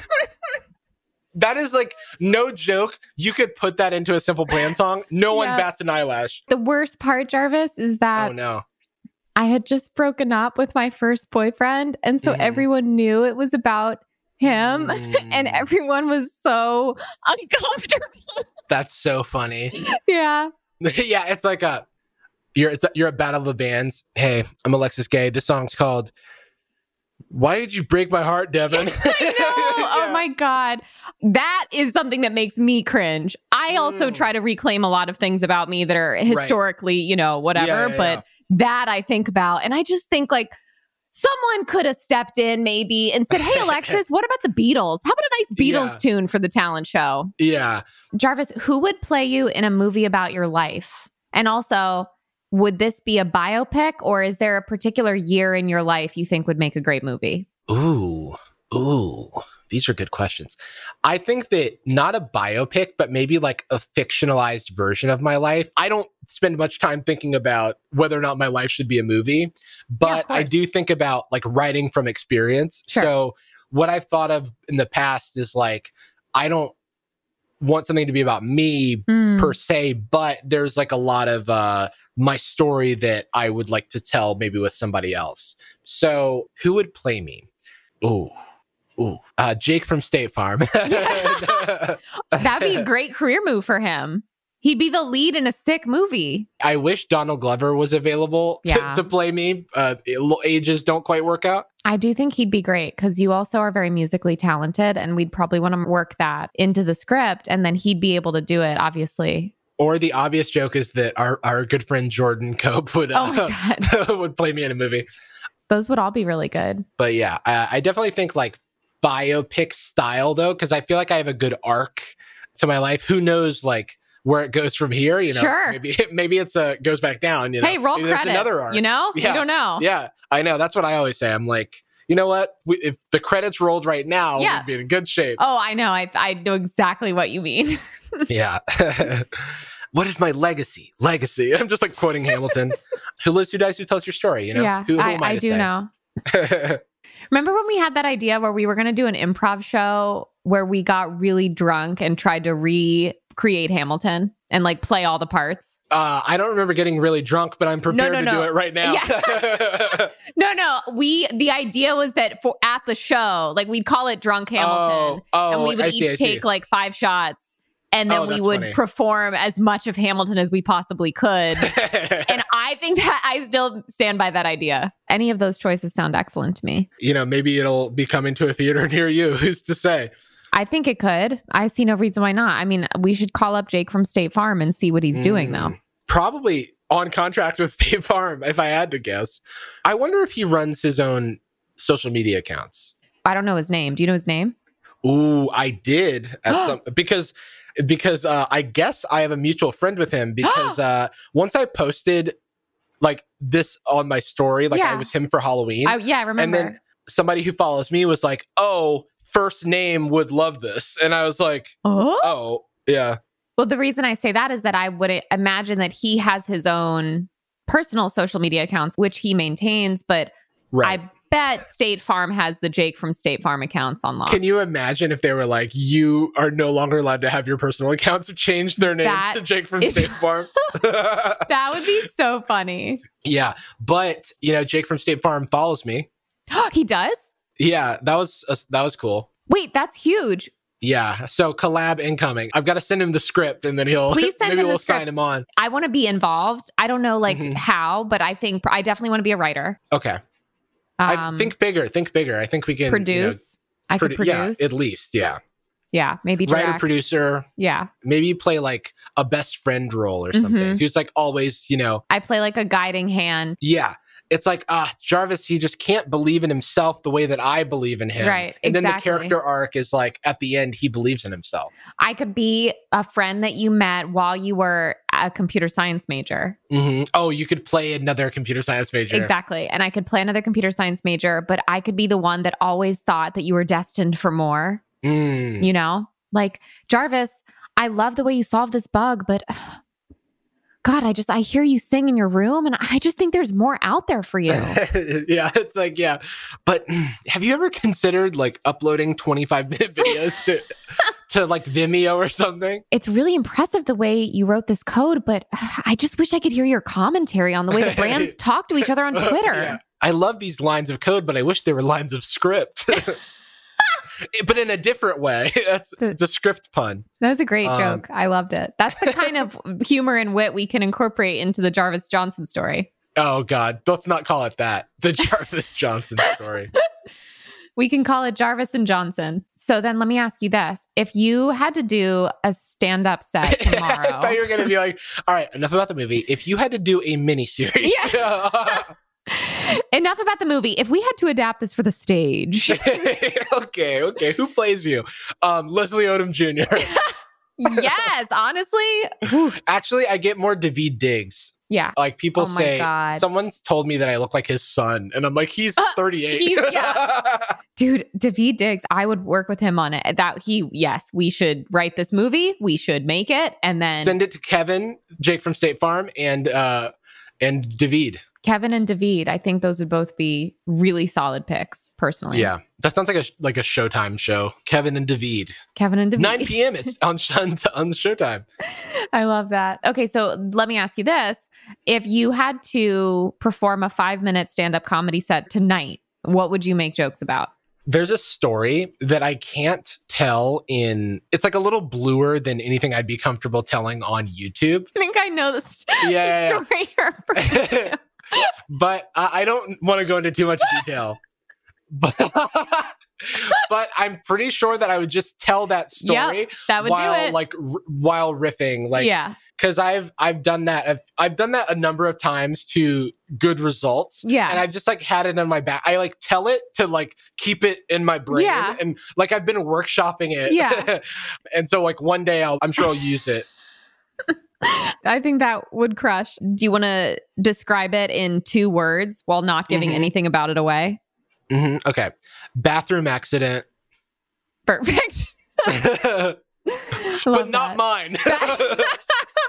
Speaker 1: [laughs]
Speaker 2: that is like no joke. You could put that into a Simple Plan song. No one
Speaker 1: Yeah. Uh,
Speaker 2: bats an eyelash.
Speaker 1: the worst part, Jarvis, is that
Speaker 2: oh no.
Speaker 1: I had just broken up with my first boyfriend, and so
Speaker 2: Mhm.
Speaker 1: everyone knew it was about him, [laughs] and
Speaker 2: Mm,
Speaker 1: everyone was so [laughs] uncomfortable.
Speaker 2: that's so funny. [laughs]
Speaker 1: yeah,
Speaker 2: yeah, it's like a you're it's a, you're a battle of the bands. Hey, I'm Alexis Gay. This song's called "Why Did You Break My Heart,
Speaker 1: [laughs]
Speaker 2: Devin?"
Speaker 1: I
Speaker 2: [laughs]
Speaker 1: know. Oh
Speaker 2: Yeah.
Speaker 1: my god, that is something that makes me cringe. I also
Speaker 2: Mm.
Speaker 1: try to reclaim a lot of things about me that are historically, you know, whatever,
Speaker 2: Yeah, yeah,
Speaker 1: but.
Speaker 2: yeah.
Speaker 1: that I think about. And I just think like someone could have stepped in maybe and said,
Speaker 2: [laughs]
Speaker 1: Hey, Alexis, what about the Beatles? How about a nice Beatles
Speaker 2: Yeah.
Speaker 1: tune for the talent show?
Speaker 2: yeah.
Speaker 1: Jarvis, who would play you in a movie about your life? And also, would this be a biopic or is there a particular year in your life you think would make a great movie?
Speaker 2: Ooh, ooh, these are good questions. I think that not a biopic, but maybe like a fictionalized version of my life. I don't spend much time thinking about whether or not my life should be a movie, but I
Speaker 1: course.
Speaker 2: do think about like writing from experience.
Speaker 1: Sure.
Speaker 2: So, what I've thought of in the past is like, I don't want something to be about me
Speaker 1: Hmm.
Speaker 2: per se, but there's like a lot of uh, my story that I would like to tell maybe with somebody else. So who would play me? Ooh, ooh, uh, Jake from State Farm. [laughs]
Speaker 1: [laughs] That'd be a great career move for him. He'd be the lead in a sick movie.
Speaker 2: I wish Donald Glover was available to,
Speaker 1: Yeah.
Speaker 2: to play me. Uh, ages don't quite work out.
Speaker 1: I do think he'd be great because you also are very musically talented, and we'd probably want to work that into the script, and then he'd be able to do it.
Speaker 2: [laughs]
Speaker 1: Obviously.
Speaker 2: Or the obvious joke is that our, our good friend Jordan Cope would
Speaker 1: Oh my
Speaker 2: uh,
Speaker 1: god,
Speaker 2: [laughs] would play me in a movie.
Speaker 1: those would all be really good.
Speaker 2: but yeah, I, I definitely think like biopic style though, because I feel like I have a good arc to my life. Who knows like where it goes from here. You know,
Speaker 1: Sure.
Speaker 2: maybe [laughs] maybe it's a goes back down. You know,
Speaker 1: hey, roll
Speaker 2: Maybe there's
Speaker 1: credits.
Speaker 2: Another arc.
Speaker 1: You know,
Speaker 2: Yeah.
Speaker 1: you don't know.
Speaker 2: Yeah, I know. That's what I always say. I'm like, you know what? We, if the credits rolled right now,
Speaker 1: Yeah.
Speaker 2: we'd be in good shape.
Speaker 1: Oh, I know. I I know exactly what you mean. [laughs]
Speaker 2: Yeah. [laughs] what is my legacy? Legacy. [laughs] I'm just
Speaker 1: [laughs]
Speaker 2: like quoting Hamilton. Who lives, who dies, who tells your story? You know.
Speaker 1: yeah,
Speaker 2: Who, who
Speaker 1: I,
Speaker 2: am I,
Speaker 1: I
Speaker 2: to
Speaker 1: do
Speaker 2: say?
Speaker 1: know.
Speaker 2: [laughs]
Speaker 1: Remember when we had that idea where we were going to do an improv show where we got really drunk and tried to recreate Hamilton and like play all the parts?
Speaker 2: uh, I don't remember getting really drunk, but I'm prepared
Speaker 1: no,
Speaker 2: to
Speaker 1: no.
Speaker 2: do it right now. [laughs]
Speaker 1: No, no. We the idea was that for at the show, like we'd call it Drunk
Speaker 2: oh,
Speaker 1: Hamilton,
Speaker 2: oh,
Speaker 1: and we would
Speaker 2: I
Speaker 1: each
Speaker 2: see, I see.
Speaker 1: take like five shots, and then
Speaker 2: Oh,
Speaker 1: we
Speaker 2: that's
Speaker 1: would
Speaker 2: funny.
Speaker 1: perform as much of Hamilton as we possibly
Speaker 2: [laughs]
Speaker 1: could. and I think that I still stand by that idea. Any of those choices sound excellent to me.
Speaker 2: you know, maybe it'll be coming to a theater [laughs] near you. Who's to say?
Speaker 1: I think it could. I see no reason why not. I mean, we should call up Jake from State Farm and see what he's doing, though.
Speaker 2: Mm. Probably on contract with [laughs] State Farm, if I had to guess. I wonder if he runs his own social media accounts.
Speaker 1: I don't know his name. Do you know his name?
Speaker 2: Ooh, I did
Speaker 1: [gasps]
Speaker 2: at some, because because uh, I guess I have a mutual friend with
Speaker 1: [gasps]
Speaker 2: him because uh, once I posted like this on my story, like I
Speaker 1: Yeah.
Speaker 2: was him for Halloween,
Speaker 1: I, yeah, I
Speaker 2: and
Speaker 1: remember.
Speaker 2: then somebody who follows me was like, "Oh, first name would love this," and I was like,
Speaker 1: oh,
Speaker 2: "Oh, yeah."
Speaker 1: well, the reason I say that is that I would imagine that he has his own personal social media accounts, which he maintains, but
Speaker 2: Right.
Speaker 1: I bet State Farm has the Jake from State Farm accounts on lock.
Speaker 2: Can you imagine if they were like, you are no longer allowed to have your personal accounts change their name
Speaker 1: That
Speaker 2: to Jake from
Speaker 1: is- [laughs]
Speaker 2: State Farm? [laughs]
Speaker 1: that would be so funny. [gasps]
Speaker 2: yeah. But, you know, Jake from State Farm follows me.
Speaker 1: he does?
Speaker 2: Yeah. That was, uh, that was cool.
Speaker 1: Wait, that's huge.
Speaker 2: Yeah. So collab incoming. I've got to send him the script and then he'll,
Speaker 1: Please send
Speaker 2: maybe
Speaker 1: him the
Speaker 2: we'll
Speaker 1: script.
Speaker 2: sign him on.
Speaker 1: I want to be involved. I don't know like
Speaker 2: Mhm.
Speaker 1: how, but I think I definitely want to be a writer.
Speaker 2: Okay. I think bigger. Think bigger. I think we can you know,
Speaker 1: Um, produce. I could
Speaker 2: produ- yeah,
Speaker 1: produce. Yeah,
Speaker 2: at least. Yeah.
Speaker 1: maybe
Speaker 2: Writer,
Speaker 1: direct.
Speaker 2: producer.
Speaker 1: yeah,
Speaker 2: Maybe play like a best friend role or something.
Speaker 1: Mhm.
Speaker 2: Who's like always, you know,
Speaker 1: I play like a guiding hand.
Speaker 2: Yeah. It's like, ah, Jarvis, he just can't believe in himself the way that I believe in him.
Speaker 1: Right,
Speaker 2: And then the
Speaker 1: exactly.
Speaker 2: character arc is like, at the end, he believes in himself.
Speaker 1: I could be a friend that you met while you were a computer science major.
Speaker 2: hmm Oh, you could play another computer science major.
Speaker 1: Exactly. And I could play another computer science major, but I could be the one that always thought that you were destined for more,
Speaker 2: Mm.
Speaker 1: you know? Like, Jarvis, I love the way you solved this bug, but [sighs] God, I just I hear you sing in your room and I just think there's more out there for
Speaker 2: [laughs]
Speaker 1: you.
Speaker 2: yeah. It's like, yeah. But [clears throat] mm, have you ever considered like uploading 25 minute [laughs] videos to, to like Vimeo or something?
Speaker 1: it's really impressive the way you wrote this code, but [sighs] I just wish I could hear your commentary on the
Speaker 2: [laughs]
Speaker 1: way the brands talk to each other on Twitter.
Speaker 2: Yeah. I love these lines of code, but I wish they were lines of script.
Speaker 1: [laughs]
Speaker 2: [laughs] but in a different way. [laughs] That's, it's a script pun.
Speaker 1: That was a great
Speaker 2: Um,
Speaker 1: joke. I loved it. That's the kind [laughs] of humor and wit we can incorporate into the Jarvis Johnson story.
Speaker 2: Oh God, let's not call it that.
Speaker 1: [laughs]
Speaker 2: The Jarvis Johnson story.
Speaker 1: We can call it Jarvis and Johnson. So then let me ask you this. If you had to do a stand up set
Speaker 2: [laughs] I thought you
Speaker 1: tomorrow,
Speaker 2: were gonna be like, all right, enough about the movie. If you had to do a miniseries,
Speaker 1: enough about the movie. If we had to adapt this for the
Speaker 2: [laughs]
Speaker 1: stage,
Speaker 2: [laughs] okay, okay. Who plays you? Um, Leslie Odom Jr.
Speaker 1: yes, honestly.
Speaker 2: Actually, I get more David Diggs.
Speaker 1: Yeah.
Speaker 2: Like people
Speaker 1: Oh my
Speaker 2: say,
Speaker 1: God. Uh,
Speaker 2: someone's told me that I look like his son, and I'm like, he's 38.
Speaker 1: he's-
Speaker 2: [laughs]
Speaker 1: Dude, David Diggs, I would work with him on it. That he, yes, we should write this movie. We should make it. And then
Speaker 2: Send it to Kevin, Jake from State Farm, and uh, and David.
Speaker 1: Kevin and David, I think those would both be really solid picks, personally.
Speaker 2: Yeah, that sounds like a like a Showtime show. Kevin and David.
Speaker 1: Kevin and
Speaker 2: 9
Speaker 1: David.
Speaker 2: p.m. It's on Sh- on on Showtime.
Speaker 1: [laughs] I love that. Okay, so let me ask you this. If you had to perform a five minute stand up comedy set tonight, what would you make jokes about? [laughs]
Speaker 2: There's a story that I can't tell in. It's like a little bluer than anything I'd be comfortable telling on YouTube.
Speaker 1: I think I know the, st-
Speaker 2: Yeah,
Speaker 1: the
Speaker 2: yeah, yeah.
Speaker 1: [laughs] story here.
Speaker 2: [laughs] but I, I don't want to go into too much detail. But [laughs] but I'm pretty sure that I would just tell that
Speaker 1: Yep,
Speaker 2: story
Speaker 1: that would
Speaker 2: while
Speaker 1: do it.
Speaker 2: like r- while riffing like
Speaker 1: yeah.
Speaker 2: because I've I've done that I've, I've done that a number of times to good results.
Speaker 1: Yeah.
Speaker 2: and I've just like had it in my back. I like tell it to like keep it in my brain,
Speaker 1: Yeah.
Speaker 2: and [laughs] like I've been workshopping it.
Speaker 1: Yeah.
Speaker 2: and so like one day I'll, I'm sure I'll use it.
Speaker 1: I think that would crush. Do you want to describe it in two words while not giving
Speaker 2: Mhm.
Speaker 1: anything about it away?
Speaker 2: hmm Okay.
Speaker 1: [laughs]
Speaker 2: Bathroom accident, [laughs]
Speaker 1: Perfect.
Speaker 2: but
Speaker 1: [laughs] Love that.
Speaker 2: not mine.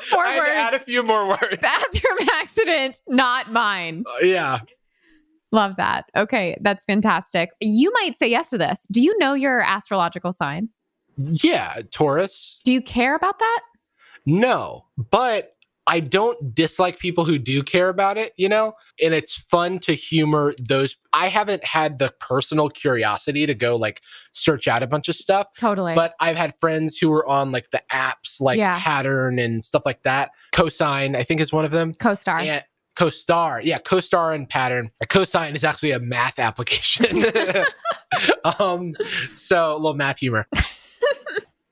Speaker 1: Four
Speaker 2: [laughs] I had to
Speaker 1: words.
Speaker 2: add a few more words.
Speaker 1: Bathroom [laughs] accident, not mine.
Speaker 2: Uh, yeah.
Speaker 1: Love that. Okay, that's fantastic. You might say yes to this. Do you know your astrological sign?
Speaker 2: Yeah. Taurus.
Speaker 1: Do you care about that?
Speaker 2: No, but I don't dislike people who do care about it, you know? And it's fun to humor those. I haven't had the personal curiosity to go like search out a bunch of stuff,
Speaker 1: Totally.
Speaker 2: but I've had friends who were on like the apps like
Speaker 1: Yeah.
Speaker 2: Pattern and stuff like that. Cosine, I think, is one of them.
Speaker 1: Co-star.
Speaker 2: And CoStar. Yeah, CoStar and Pattern. A cosine is actually a
Speaker 1: [laughs]
Speaker 2: math application. [laughs] um, so a little math humor.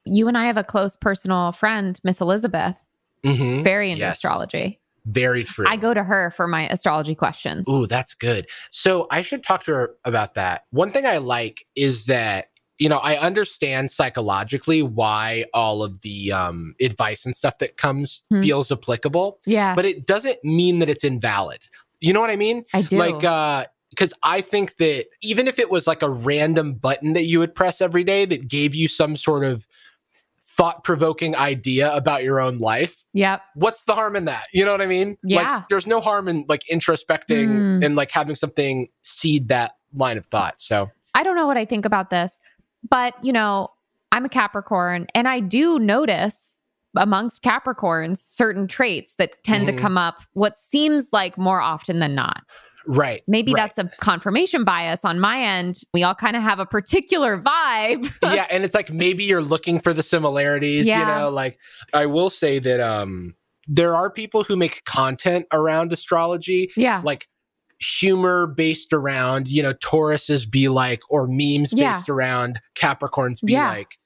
Speaker 1: You and I have a close personal friend, Miss Elizabeth,
Speaker 2: hmm
Speaker 1: very into
Speaker 2: Yes.
Speaker 1: astrology.
Speaker 2: Very true.
Speaker 1: I go to her for my astrology questions.
Speaker 2: Ooh, that's good. So I should talk to her about that. One thing I like is that, you know, I understand psychologically why all of the um, advice and stuff that comes
Speaker 1: Hmm.
Speaker 2: feels applicable,
Speaker 1: Yeah.
Speaker 2: but it doesn't mean that it's invalid. You know what I mean?
Speaker 1: I do.
Speaker 2: Like, uh, because I think that even if it was like a random button that you would press every day that gave you some sort of thought provoking idea about your own life,
Speaker 1: yep.
Speaker 2: what's the harm in that? You know what I mean?
Speaker 1: Yeah.
Speaker 2: Like there's no harm in like introspecting
Speaker 1: Mm.
Speaker 2: and like having something seed that line of thought. So
Speaker 1: I don't know what I think about this, but you know, I'm a Capricorn and I do notice amongst Capricorns certain traits that tend
Speaker 2: Mhm.
Speaker 1: to come up what seems like more often than not. [laughs]
Speaker 2: right.
Speaker 1: Maybe
Speaker 2: right.
Speaker 1: that's a confirmation bias on my end. We all kind of have a particular vibe. [laughs]
Speaker 2: yeah, and it's like maybe you're looking for the similarities, you
Speaker 1: Yeah.
Speaker 2: know, like I will say that um there are people who make content around astrology
Speaker 1: Yeah.
Speaker 2: like humor based around, you know, Tauruses be like, or memes
Speaker 1: Yeah.
Speaker 2: based around Capricorns be
Speaker 1: Yeah.
Speaker 2: like.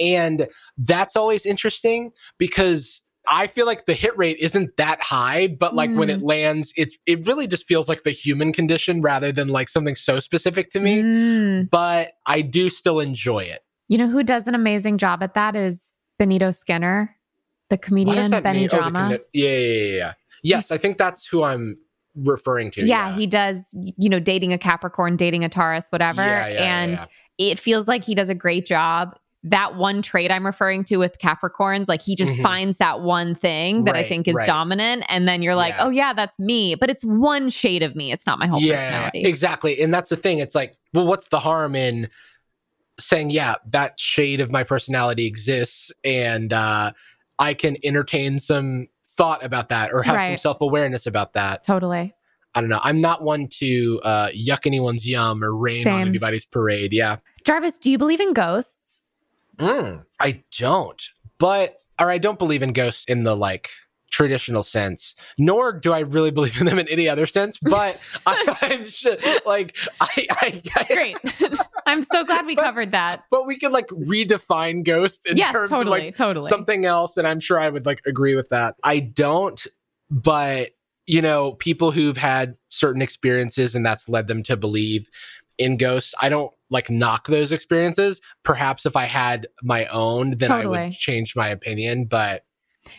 Speaker 2: And that's always interesting because I feel like the hit rate isn't that high, but like when
Speaker 1: Mm.
Speaker 2: it lands, it's it really just feels like the human condition rather than like something so specific to me.
Speaker 1: Mm.
Speaker 2: But I do still enjoy it.
Speaker 1: You know who does an amazing job at that is Benito Skinner, the
Speaker 2: What does
Speaker 1: comedian
Speaker 2: that
Speaker 1: Benny
Speaker 2: mean? Oh, the
Speaker 1: Drama.
Speaker 2: condi- yeah, yeah, yeah, yeah. Yes,
Speaker 1: He's-
Speaker 2: I think that's who I'm referring to.
Speaker 1: yeah, he does, you know, dating a Capricorn, dating a Taurus, whatever.
Speaker 2: Yeah, yeah, yeah,
Speaker 1: and
Speaker 2: yeah.
Speaker 1: it feels like he does a great job. That one trait I'm referring to with Capricorns, like he just
Speaker 2: Mhm.
Speaker 1: finds that one thing that I
Speaker 2: Right,
Speaker 1: think is
Speaker 2: right.
Speaker 1: dominant. And then you're like,
Speaker 2: Yeah.
Speaker 1: oh, yeah, that's me. But it's one shade of me. It's not my whole personality.
Speaker 2: Exactly. And that's the thing. It's like, well, what's the harm in saying, yeah, that shade of my personality exists and uh, I can entertain some thought about that or have some
Speaker 1: Right.
Speaker 2: self awareness about that?
Speaker 1: totally.
Speaker 2: I don't know. I'm not one to uh, yuck anyone's yum or rain on
Speaker 1: Same.
Speaker 2: anybody's parade. Yeah.
Speaker 1: Jarvis, do you believe in
Speaker 2: [laughs]
Speaker 1: ghosts?
Speaker 2: Mm, I don't, but, or I don't believe in ghosts in the like, traditional sense nor do i really [laughs] believe in them in any other sense
Speaker 1: [laughs]
Speaker 2: but I, i'm sure like I, I, I
Speaker 1: Great. [laughs] I'm so glad we
Speaker 2: But-
Speaker 1: covered that.
Speaker 2: but we could like redefine ghosts in
Speaker 1: yes,
Speaker 2: terms
Speaker 1: totally.
Speaker 2: of like
Speaker 1: totally.
Speaker 2: something else and i'm sure i would like agree with that i don't but you know people who've had certain experiences and that's led them to believe in ghosts i don't like knock those experiences perhaps if i had my own then i
Speaker 1: Totally.
Speaker 2: would change my opinion but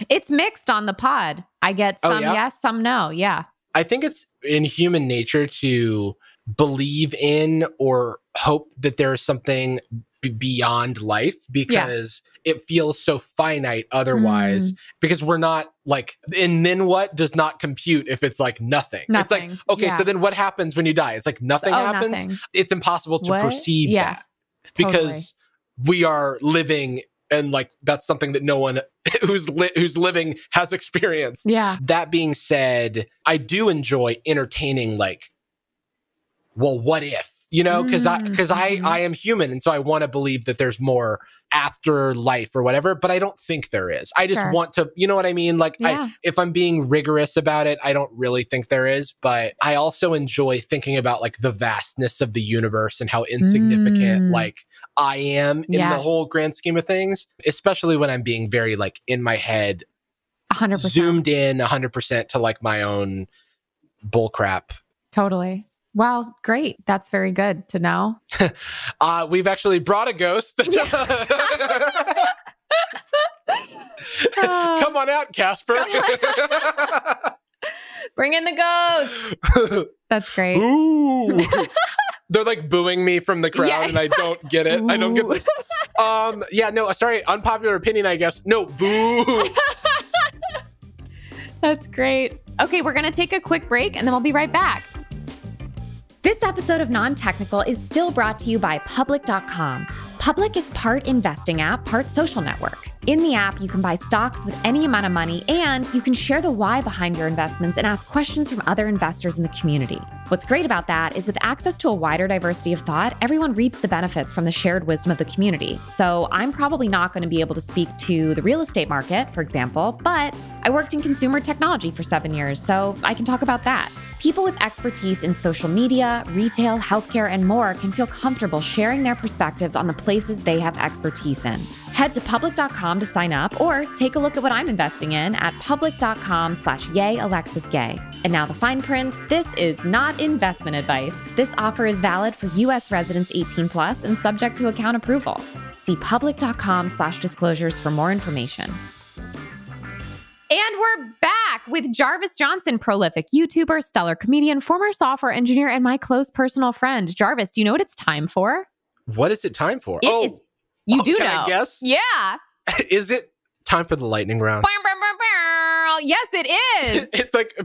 Speaker 1: It's mixed on the pod. I get
Speaker 2: Oh,
Speaker 1: some
Speaker 2: yeah?
Speaker 1: yes, some no. Yeah.
Speaker 2: i think it's in human nature to believe in or hope that there is something b- beyond life because it feels so finite otherwise
Speaker 1: Mm,
Speaker 2: because we're not like and then what does not compute if it's like nothing, it's
Speaker 1: nothing.
Speaker 2: like okay
Speaker 1: Yeah.
Speaker 2: so then what happens when you die it's like nothing
Speaker 1: Oh,
Speaker 2: happens
Speaker 1: nothing.
Speaker 2: it's impossible to
Speaker 1: What?
Speaker 2: perceive
Speaker 1: Yeah,
Speaker 2: that because we are living and like that's something that no one [laughs] who's li- who's living has experienced
Speaker 1: Yeah.
Speaker 2: that being said i do enjoy entertaining like well what if you know because i
Speaker 1: Mm,
Speaker 2: because i
Speaker 1: mhm.
Speaker 2: i am human and so i want to believe that there's more after life or whatever but i don't think there is i just
Speaker 1: Sure.
Speaker 2: want to you know what i mean like
Speaker 1: Yeah.
Speaker 2: I, if i'm being rigorous about it i don't really think there is but i also enjoy thinking about like the vastness of the universe and how insignificant
Speaker 1: Mm.
Speaker 2: like i am in the
Speaker 1: Yes.
Speaker 2: whole grand scheme of things especially when i'm being very like in my head
Speaker 1: 100%.
Speaker 2: zoomed in 100% to like my own bullcrap.
Speaker 1: Totally. Well, great. That's very good to know.
Speaker 2: Uh, we've actually brought a ghost. [laughs] Come on out, Casper.
Speaker 1: Bring in the ghost. That's great. [laughs]
Speaker 2: [laughs] Ooh. They're like booing me from the crowd
Speaker 1: Yeah.
Speaker 2: and I don't get it. I don't get
Speaker 1: Ooh.
Speaker 2: the [laughs] Um yeah, no, sorry, unpopular opinion, I guess.
Speaker 1: [laughs]
Speaker 2: No, boo.
Speaker 1: That's great. Okay, we're going to take a quick break and then we'll be right back.
Speaker 3: This episode of Non Technical is still brought to you by Public.com. Public is part investing app, part social network. In the app, you can buy stocks with any amount of money and you can share the why behind your investments and ask questions from other investors in the community. What's great about that is with access to a wider diversity of thought, everyone reaps the benefits from the shared wisdom of the community. So I'm probably not going to be able to speak to the real estate market, for example, but I worked in consumer technology for seven years, so I can talk about that. People with expertise in social media, retail, healthcare, and more can feel comfortable sharing their perspectives on the places they have expertise in. Head to public.com to sign up or take a look at what I'm investing in at public.com slash yay Alexis Gay. And now the fine print, this is not investment advice. This offer is valid for U.S. residents 18 plus and subject to account approval. See public.com slash disclosures for more information.
Speaker 1: And we're back with Jarvis Johnson, prolific YouTuber, stellar comedian, former software engineer, and my close personal friend. Jarvis, do you know what it's time for?
Speaker 2: what is it time for?
Speaker 1: It
Speaker 2: oh,
Speaker 1: is- You
Speaker 2: oh,
Speaker 1: do
Speaker 2: can
Speaker 1: know.
Speaker 2: I guess?
Speaker 1: Yeah.
Speaker 2: [laughs] Is it time for the lightning round?
Speaker 1: Bow, bow, bow, bow. Yes, it is.
Speaker 2: [laughs] It's like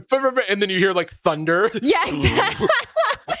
Speaker 2: and then you hear like thunder.
Speaker 1: yeah, exactly. [laughs] and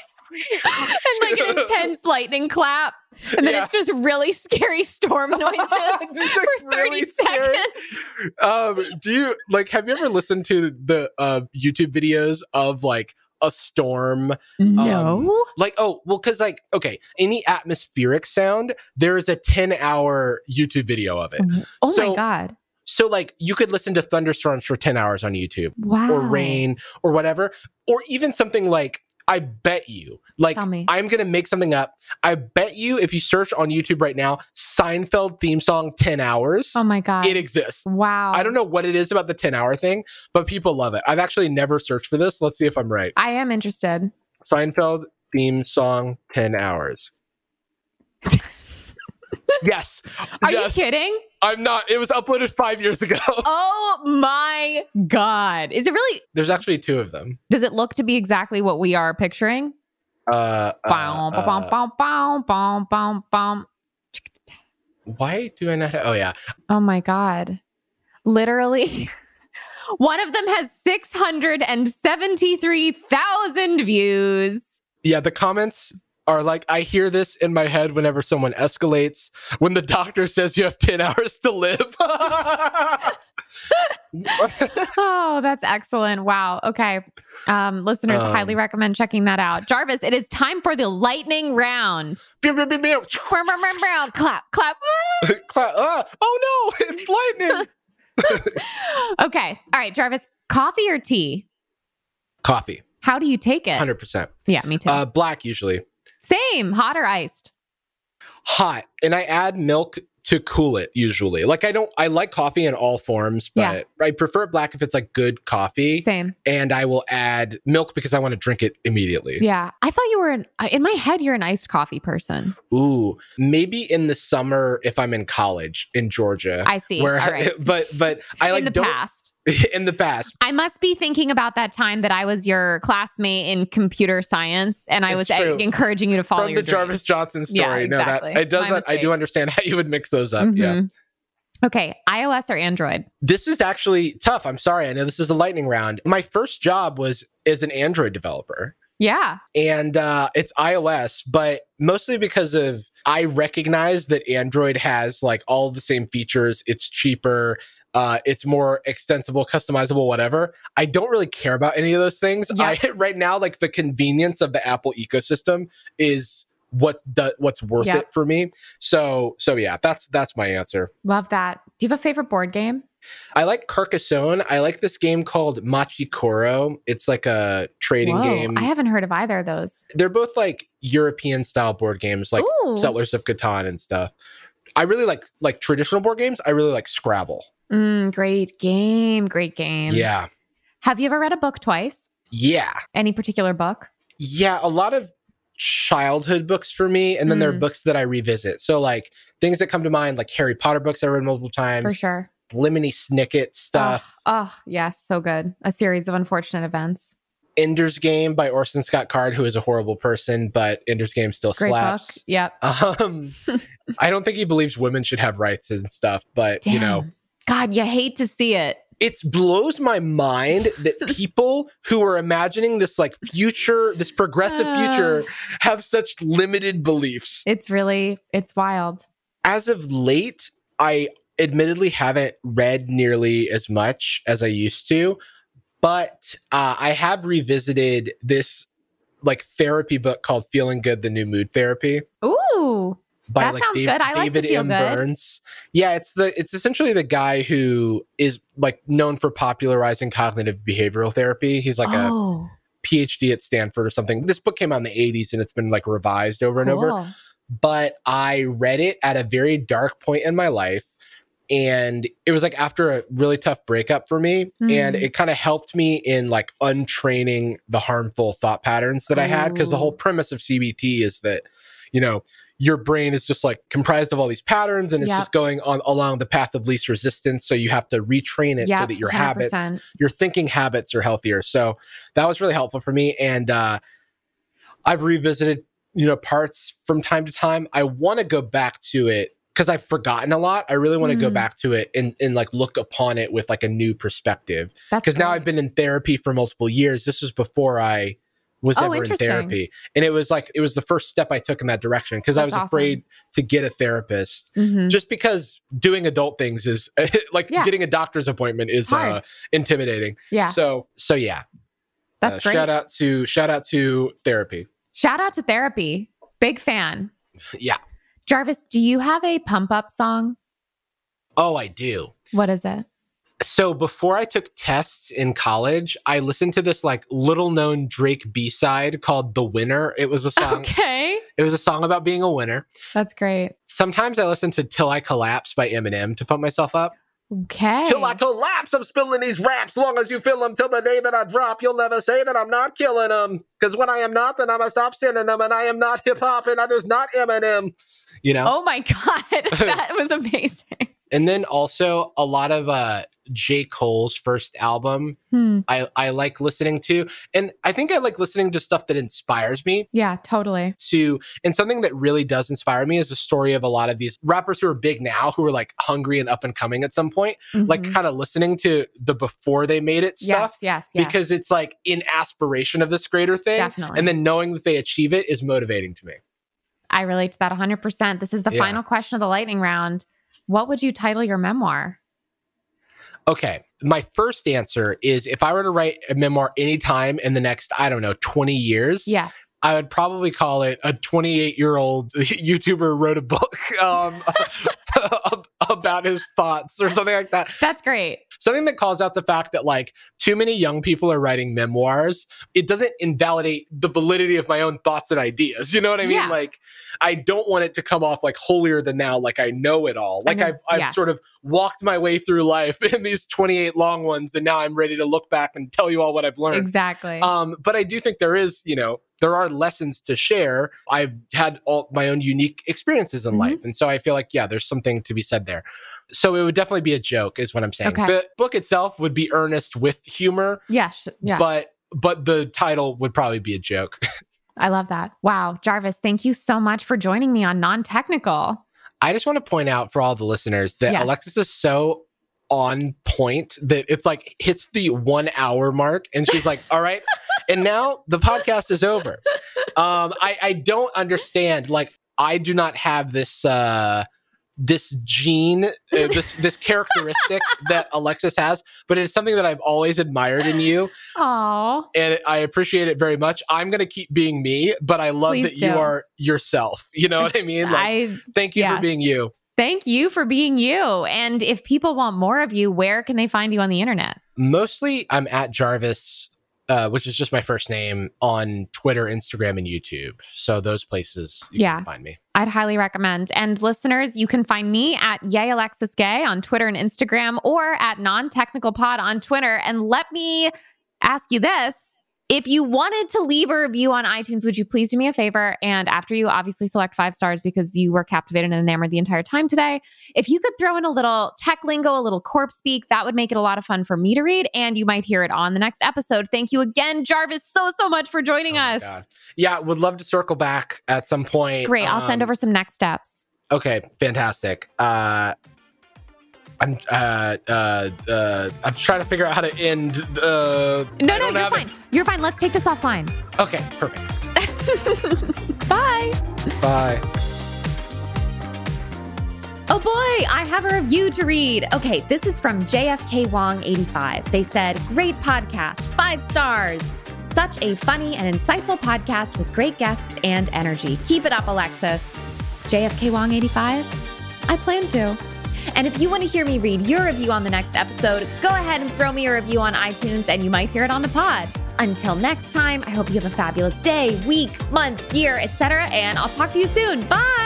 Speaker 1: like
Speaker 2: [laughs]
Speaker 1: an intense lightning clap. And then
Speaker 2: Yeah.
Speaker 1: it's just really scary storm
Speaker 2: [laughs]
Speaker 1: noises
Speaker 2: Just,
Speaker 1: [laughs]
Speaker 2: like,
Speaker 1: for 30
Speaker 2: really scary.
Speaker 1: seconds.
Speaker 2: um do you like have you ever listened to the uh youtube videos of like a storm um,
Speaker 1: No.
Speaker 2: like oh well because like okay any atmospheric sound there is a 10 hour youtube video of it
Speaker 1: oh my
Speaker 2: so-
Speaker 1: God.
Speaker 2: so like you could listen to thunderstorms for 10 hours on youtube
Speaker 1: Wow.
Speaker 2: or rain or whatever or even something like i bet you like
Speaker 1: Tell me.
Speaker 2: i'm gonna make something up i bet you if you search on youtube right now seinfeld theme song 10 hours
Speaker 1: Oh my God.
Speaker 2: it exists
Speaker 1: wow.
Speaker 2: I don't know what it is about the 10 hour thing, but people love it. I've actually never searched for this. Let's see if I'm right.
Speaker 1: I am interested.
Speaker 2: Seinfeld theme song 10
Speaker 1: [laughs]
Speaker 2: hours. yes.
Speaker 1: Are
Speaker 2: Yes.
Speaker 1: you kidding?
Speaker 2: I'm not. It was uploaded five years ago. [laughs]
Speaker 1: Oh my God. Is it really?
Speaker 2: There's actually two of them.
Speaker 1: Does it look to be exactly what we are picturing?
Speaker 2: Uh, uh,
Speaker 1: Bow, bow, bow,
Speaker 2: uh,
Speaker 1: bow, bow, bow, bow, bow.
Speaker 2: why do I not? Have, oh, yeah.
Speaker 1: Oh my God. Literally, [laughs] one of them has 673,000 views.
Speaker 2: Yeah. The comments are like, I hear this in my head whenever someone escalates, when the doctor says you have 10 hours
Speaker 1: [laughs]
Speaker 2: to live. [laughs]
Speaker 1: Oh, that's excellent. Wow. Okay. Um, listeners,
Speaker 2: Um,
Speaker 1: highly recommend checking that out. Jarvis, it is time for the lightning round.
Speaker 2: Pew, pew, pew, pew.
Speaker 1: Round, round, round, round. Clap, clap.
Speaker 2: [laughs] Cla- ah, oh no, [laughs] it's
Speaker 1: [laughs]
Speaker 2: lightning.
Speaker 1: okay. All right, Jarvis, coffee or tea?
Speaker 2: Coffee,
Speaker 1: How do you take it?
Speaker 2: 100%.
Speaker 1: Yeah, me too.
Speaker 2: Uh, black usually.
Speaker 1: Same, hot or iced?
Speaker 2: Hot. And I add milk to cool it usually. Like I don't, I like coffee in all forms, but I prefer black if it's like good coffee.
Speaker 1: Same.
Speaker 2: And I will add milk because I want to drink it immediately.
Speaker 1: Yeah. I thought you were an, I- in my head, you're an iced coffee person.
Speaker 2: Ooh, maybe in the summer if I'm in college in Georgia.
Speaker 1: I see.
Speaker 2: where,
Speaker 1: All right.
Speaker 2: [laughs] but but I like
Speaker 1: in the
Speaker 2: don't
Speaker 1: past.
Speaker 2: [laughs] in the past.
Speaker 1: I must be thinking about that time that I was your classmate in computer science and I was
Speaker 2: It's
Speaker 1: uh,
Speaker 2: true.
Speaker 1: encouraging you to follow
Speaker 2: From
Speaker 1: your
Speaker 2: the
Speaker 1: dreams.
Speaker 2: Jarvis Johnson story.
Speaker 1: Yeah,
Speaker 2: No,
Speaker 1: exactly.
Speaker 2: that it does.
Speaker 1: My
Speaker 2: that- I do
Speaker 1: mistake.
Speaker 2: understand how you would mix those up. Yeah.
Speaker 1: Mhm. Okay. iOS or Android?
Speaker 2: this is actually tough. I'm sorry. I know this is a lightning round. My first job was as an Android developer,
Speaker 1: Yeah.
Speaker 2: and uh, it's iOS, but mostly because of I recognize that Android has like all the same features. It's cheaper. Uh, it's more extensible, customizable, whatever. I don't really care about any of those things.
Speaker 1: Yeah.
Speaker 2: I [laughs] right now like the convenience of the Apple ecosystem is what do, what's worth
Speaker 1: Yeah.
Speaker 2: it for me. So so yeah, that's that's my answer.
Speaker 1: Love that. Do you have a favorite board game?
Speaker 2: I like Carcassonne. I like this game called Machikoro. It's like a trading
Speaker 1: Whoa,
Speaker 2: game.
Speaker 1: I haven't heard of either of those.
Speaker 2: They're both like European style board games, like
Speaker 1: Ooh.
Speaker 2: Settlers of Catan and stuff. I really like like traditional board games. I really like Scrabble.
Speaker 1: Mm, great game. Great game.
Speaker 2: Yeah.
Speaker 1: Have you ever read a book twice?
Speaker 2: Yeah.
Speaker 1: Any particular book?
Speaker 2: Yeah. A lot of childhood books for me. And then there are
Speaker 1: Mm.
Speaker 2: books that I revisit. So like things that come to mind, like Harry Potter books I read multiple times.
Speaker 1: For sure.
Speaker 2: Lemony Snicket stuff.
Speaker 1: Oh, oh, yes, so good. A series of unfortunate events.
Speaker 2: Ender's Game by Orson Scott Card, who is a horrible person, but Ender's Game still
Speaker 1: Great
Speaker 2: slaps.
Speaker 1: book. Yep.
Speaker 2: Um, I don't think he believes women should have rights and stuff, but you know,
Speaker 1: Damn. God, you hate to see it.
Speaker 2: it blows my mind that people who are imagining this like future, this progressive future, have such limited beliefs.
Speaker 1: It's really, it's wild.
Speaker 2: as of late, I admittedly haven't read nearly as much as I used to, but uh, I have revisited this like therapy book called Feeling Good, the New Mood Therapy
Speaker 1: Ooh.
Speaker 2: by
Speaker 1: That
Speaker 2: like
Speaker 1: sounds
Speaker 2: Dave-
Speaker 1: good. I like to
Speaker 2: David
Speaker 1: feel
Speaker 2: M.
Speaker 1: good.
Speaker 2: Burns. Yeah, it's the it's essentially the guy who is like known for popularizing cognitive behavioral therapy. He's like a
Speaker 1: oh,
Speaker 2: PhD at Stanford or something. This book came out in the 80s and it's been like revised over and over
Speaker 1: cool.
Speaker 2: but I read it at a very dark point in my life. And it was like after a really tough breakup for me.
Speaker 1: Mm.
Speaker 2: And it kind of helped me in like untraining the harmful thought patterns that I had. Cause the
Speaker 1: Ooh.
Speaker 2: whole premise of CBT is that, you know, your brain is just like comprised of all these patterns and it's
Speaker 1: Yep.
Speaker 2: just going on along the path of least resistance. So you have to retrain it so
Speaker 1: Yep,
Speaker 2: that your habits
Speaker 1: 100%.
Speaker 2: your thinking habits are healthier. So that was really helpful for me. And uh, I've revisited, you know, parts from time to time. I want to go back to it because I've forgotten a lot. I really want to go
Speaker 1: Mm.
Speaker 2: back to it and, and like look upon it with like a new perspective.
Speaker 1: That's
Speaker 2: Because now
Speaker 1: great.
Speaker 2: I've been in therapy for multiple years. This was before I was
Speaker 1: Oh,
Speaker 2: ever in
Speaker 1: interesting.
Speaker 2: therapy. And it was like, it was the first step I took in that direction because I
Speaker 1: That's
Speaker 2: was
Speaker 1: awesome.
Speaker 2: afraid to get a therapist
Speaker 1: Mhm.
Speaker 2: just because doing adult things is [laughs] like
Speaker 1: Yeah.
Speaker 2: getting a doctor's appointment is uh,
Speaker 1: Hard.
Speaker 2: intimidating.
Speaker 1: Yeah,
Speaker 2: So so yeah,
Speaker 1: that's
Speaker 2: Uh,
Speaker 1: great.
Speaker 2: Shout out to shout out to therapy.
Speaker 1: Shout out to therapy. Big fan.
Speaker 2: Yeah.
Speaker 1: Jarvis, do you have a pump up song?
Speaker 2: Oh, I do.
Speaker 1: What is it?
Speaker 2: So before I took tests in college, I listened to this like little known Drake B side called "The Winner." It was a
Speaker 1: [laughs]
Speaker 2: song.
Speaker 1: Okay.
Speaker 2: It was a song about being a winner.
Speaker 1: That's great.
Speaker 2: Sometimes I listen to "Till I Collapse" by Eminem to pump myself up.
Speaker 1: Okay.
Speaker 2: Till I collapse, I'm spilling these raps. Long as you feel them, till the day that I drop, you'll never say that I'm not killing them. Because when I am not, then I'm going to stop sending them. And I am not [laughs] hip hop, and I is not Eminem. You know?
Speaker 1: oh my [laughs]
Speaker 2: [laughs]
Speaker 1: God. that was amazing.
Speaker 2: And then also a lot of uh, J. Cole's first album
Speaker 1: Hmm.
Speaker 2: I, I like listening to. And I think I like listening to stuff that inspires me.
Speaker 1: Yeah, totally.
Speaker 2: to and something that really does inspire me is the story of a lot of these rappers who are big now who are like hungry and up and coming at some point like
Speaker 1: Mhm.
Speaker 2: kind of listening to the before they made it stuff
Speaker 1: yes, yes, yes.
Speaker 2: because it's like in aspiration of this greater thing.
Speaker 1: Definitely.
Speaker 2: And then knowing that they achieve it is motivating to me.
Speaker 1: I relate to that 100%. This is the
Speaker 2: Yeah.
Speaker 1: final question of the lightning round. What would you title your memoir?
Speaker 2: Okay. My first answer is if I were to write a memoir anytime in the next, I don't know, 20 years,
Speaker 1: Yes.
Speaker 2: I would probably call it a 28 year old [laughs] YouTuber wrote a book um, [laughs] ab- about his thoughts or something like that.
Speaker 1: That's
Speaker 2: [laughs]
Speaker 1: great.
Speaker 2: Something that calls out the fact that, like, too many young people are writing memoirs. It doesn't invalidate the validity of my own thoughts and ideas. You know what I mean?
Speaker 1: Yeah.
Speaker 2: Like, I don't want it to come off like holier than now, like I know it all. Like,
Speaker 1: then-
Speaker 2: I've, I've
Speaker 1: yes.
Speaker 2: sort of walked my way through life [laughs] in these 28 long ones, and now I'm ready to look back and tell you all what I've learned.
Speaker 1: Exactly.
Speaker 2: Um, but I do think there is, you know, there are lessons to share. I've had all my own unique experiences in
Speaker 1: Mhm.
Speaker 2: life. And so I feel like, yeah, there's something to be said there. So it would definitely be a joke, is what I'm saying.
Speaker 1: Okay.
Speaker 2: The book itself would be earnest with humor,
Speaker 1: yeah, sh- yeah.
Speaker 2: but but the title would probably be a joke.
Speaker 1: I love that. Wow. Jarvis, thank you so much for joining me on Non Technical.
Speaker 2: I just want to point out for all the listeners that
Speaker 1: Yes.
Speaker 2: Alexis is so on point that it's like hits the one hour mark and she's like, all right, and now the podcast is over. Um, I, I don't understand. Like, I do not have this uh this gene, uh, this this
Speaker 1: [laughs]
Speaker 2: characteristic that Alexis has, but it's something that I've always admired in you,
Speaker 1: Oh,
Speaker 2: and I appreciate it very much. I'm gonna keep being me, but I love
Speaker 1: Please
Speaker 2: that you
Speaker 1: do.
Speaker 2: are yourself. You know what I mean? Like,
Speaker 1: I
Speaker 2: thank you for
Speaker 1: yes.
Speaker 2: being you.
Speaker 1: thank you for being you. And if people want more of you, where can they find you on the internet?
Speaker 2: mostly I'm at Jarvis, uh, which is just my first name on Twitter, Instagram, and YouTube. So those places you
Speaker 1: Yeah.
Speaker 2: can find me.
Speaker 1: I'd highly recommend. And listeners, you can find me at Yay Alexis Gay on Twitter and Instagram or at Non Technical Pod on Twitter. And let me ask you this If you wanted to leave a review on iTunes, would you please do me a favor? And after you obviously select five stars because you were captivated and enamored the entire time today, if you could throw in a little tech lingo, a little corp speak, that would make it a lot of fun for me to read. And you might hear it on the next episode. Thank you again, Jarvis, so, so much for joining
Speaker 2: Oh my
Speaker 1: us.
Speaker 2: God. Yeah, would love to circle back at some point.
Speaker 1: Great. I'll send
Speaker 2: Um,
Speaker 1: over some next steps.
Speaker 2: Okay, fantastic. Uh, I'm uh, uh, uh, I'm trying to figure out how to end.
Speaker 1: No,
Speaker 2: Uh, I
Speaker 1: no,
Speaker 2: don't
Speaker 1: you're
Speaker 2: have it.
Speaker 1: fine. You're fine. Let's take this
Speaker 2: [laughs]
Speaker 1: offline.
Speaker 2: Okay, perfect.
Speaker 1: Bye.
Speaker 2: Bye.
Speaker 3: Oh boy, I have a review to read. Okay, this is from JFK Wong85. They said, Great podcast, five stars. Such a funny and insightful podcast with great guests and energy. Keep it up, Alexis. JFK Wong85? I plan to. And if you want to hear me read your review on the next episode, go ahead and throw me a review on iTunes and you might hear it on the pod. Until next time, I hope you have a fabulous day, week, month, year, etc. And I'll talk to you soon. Bye!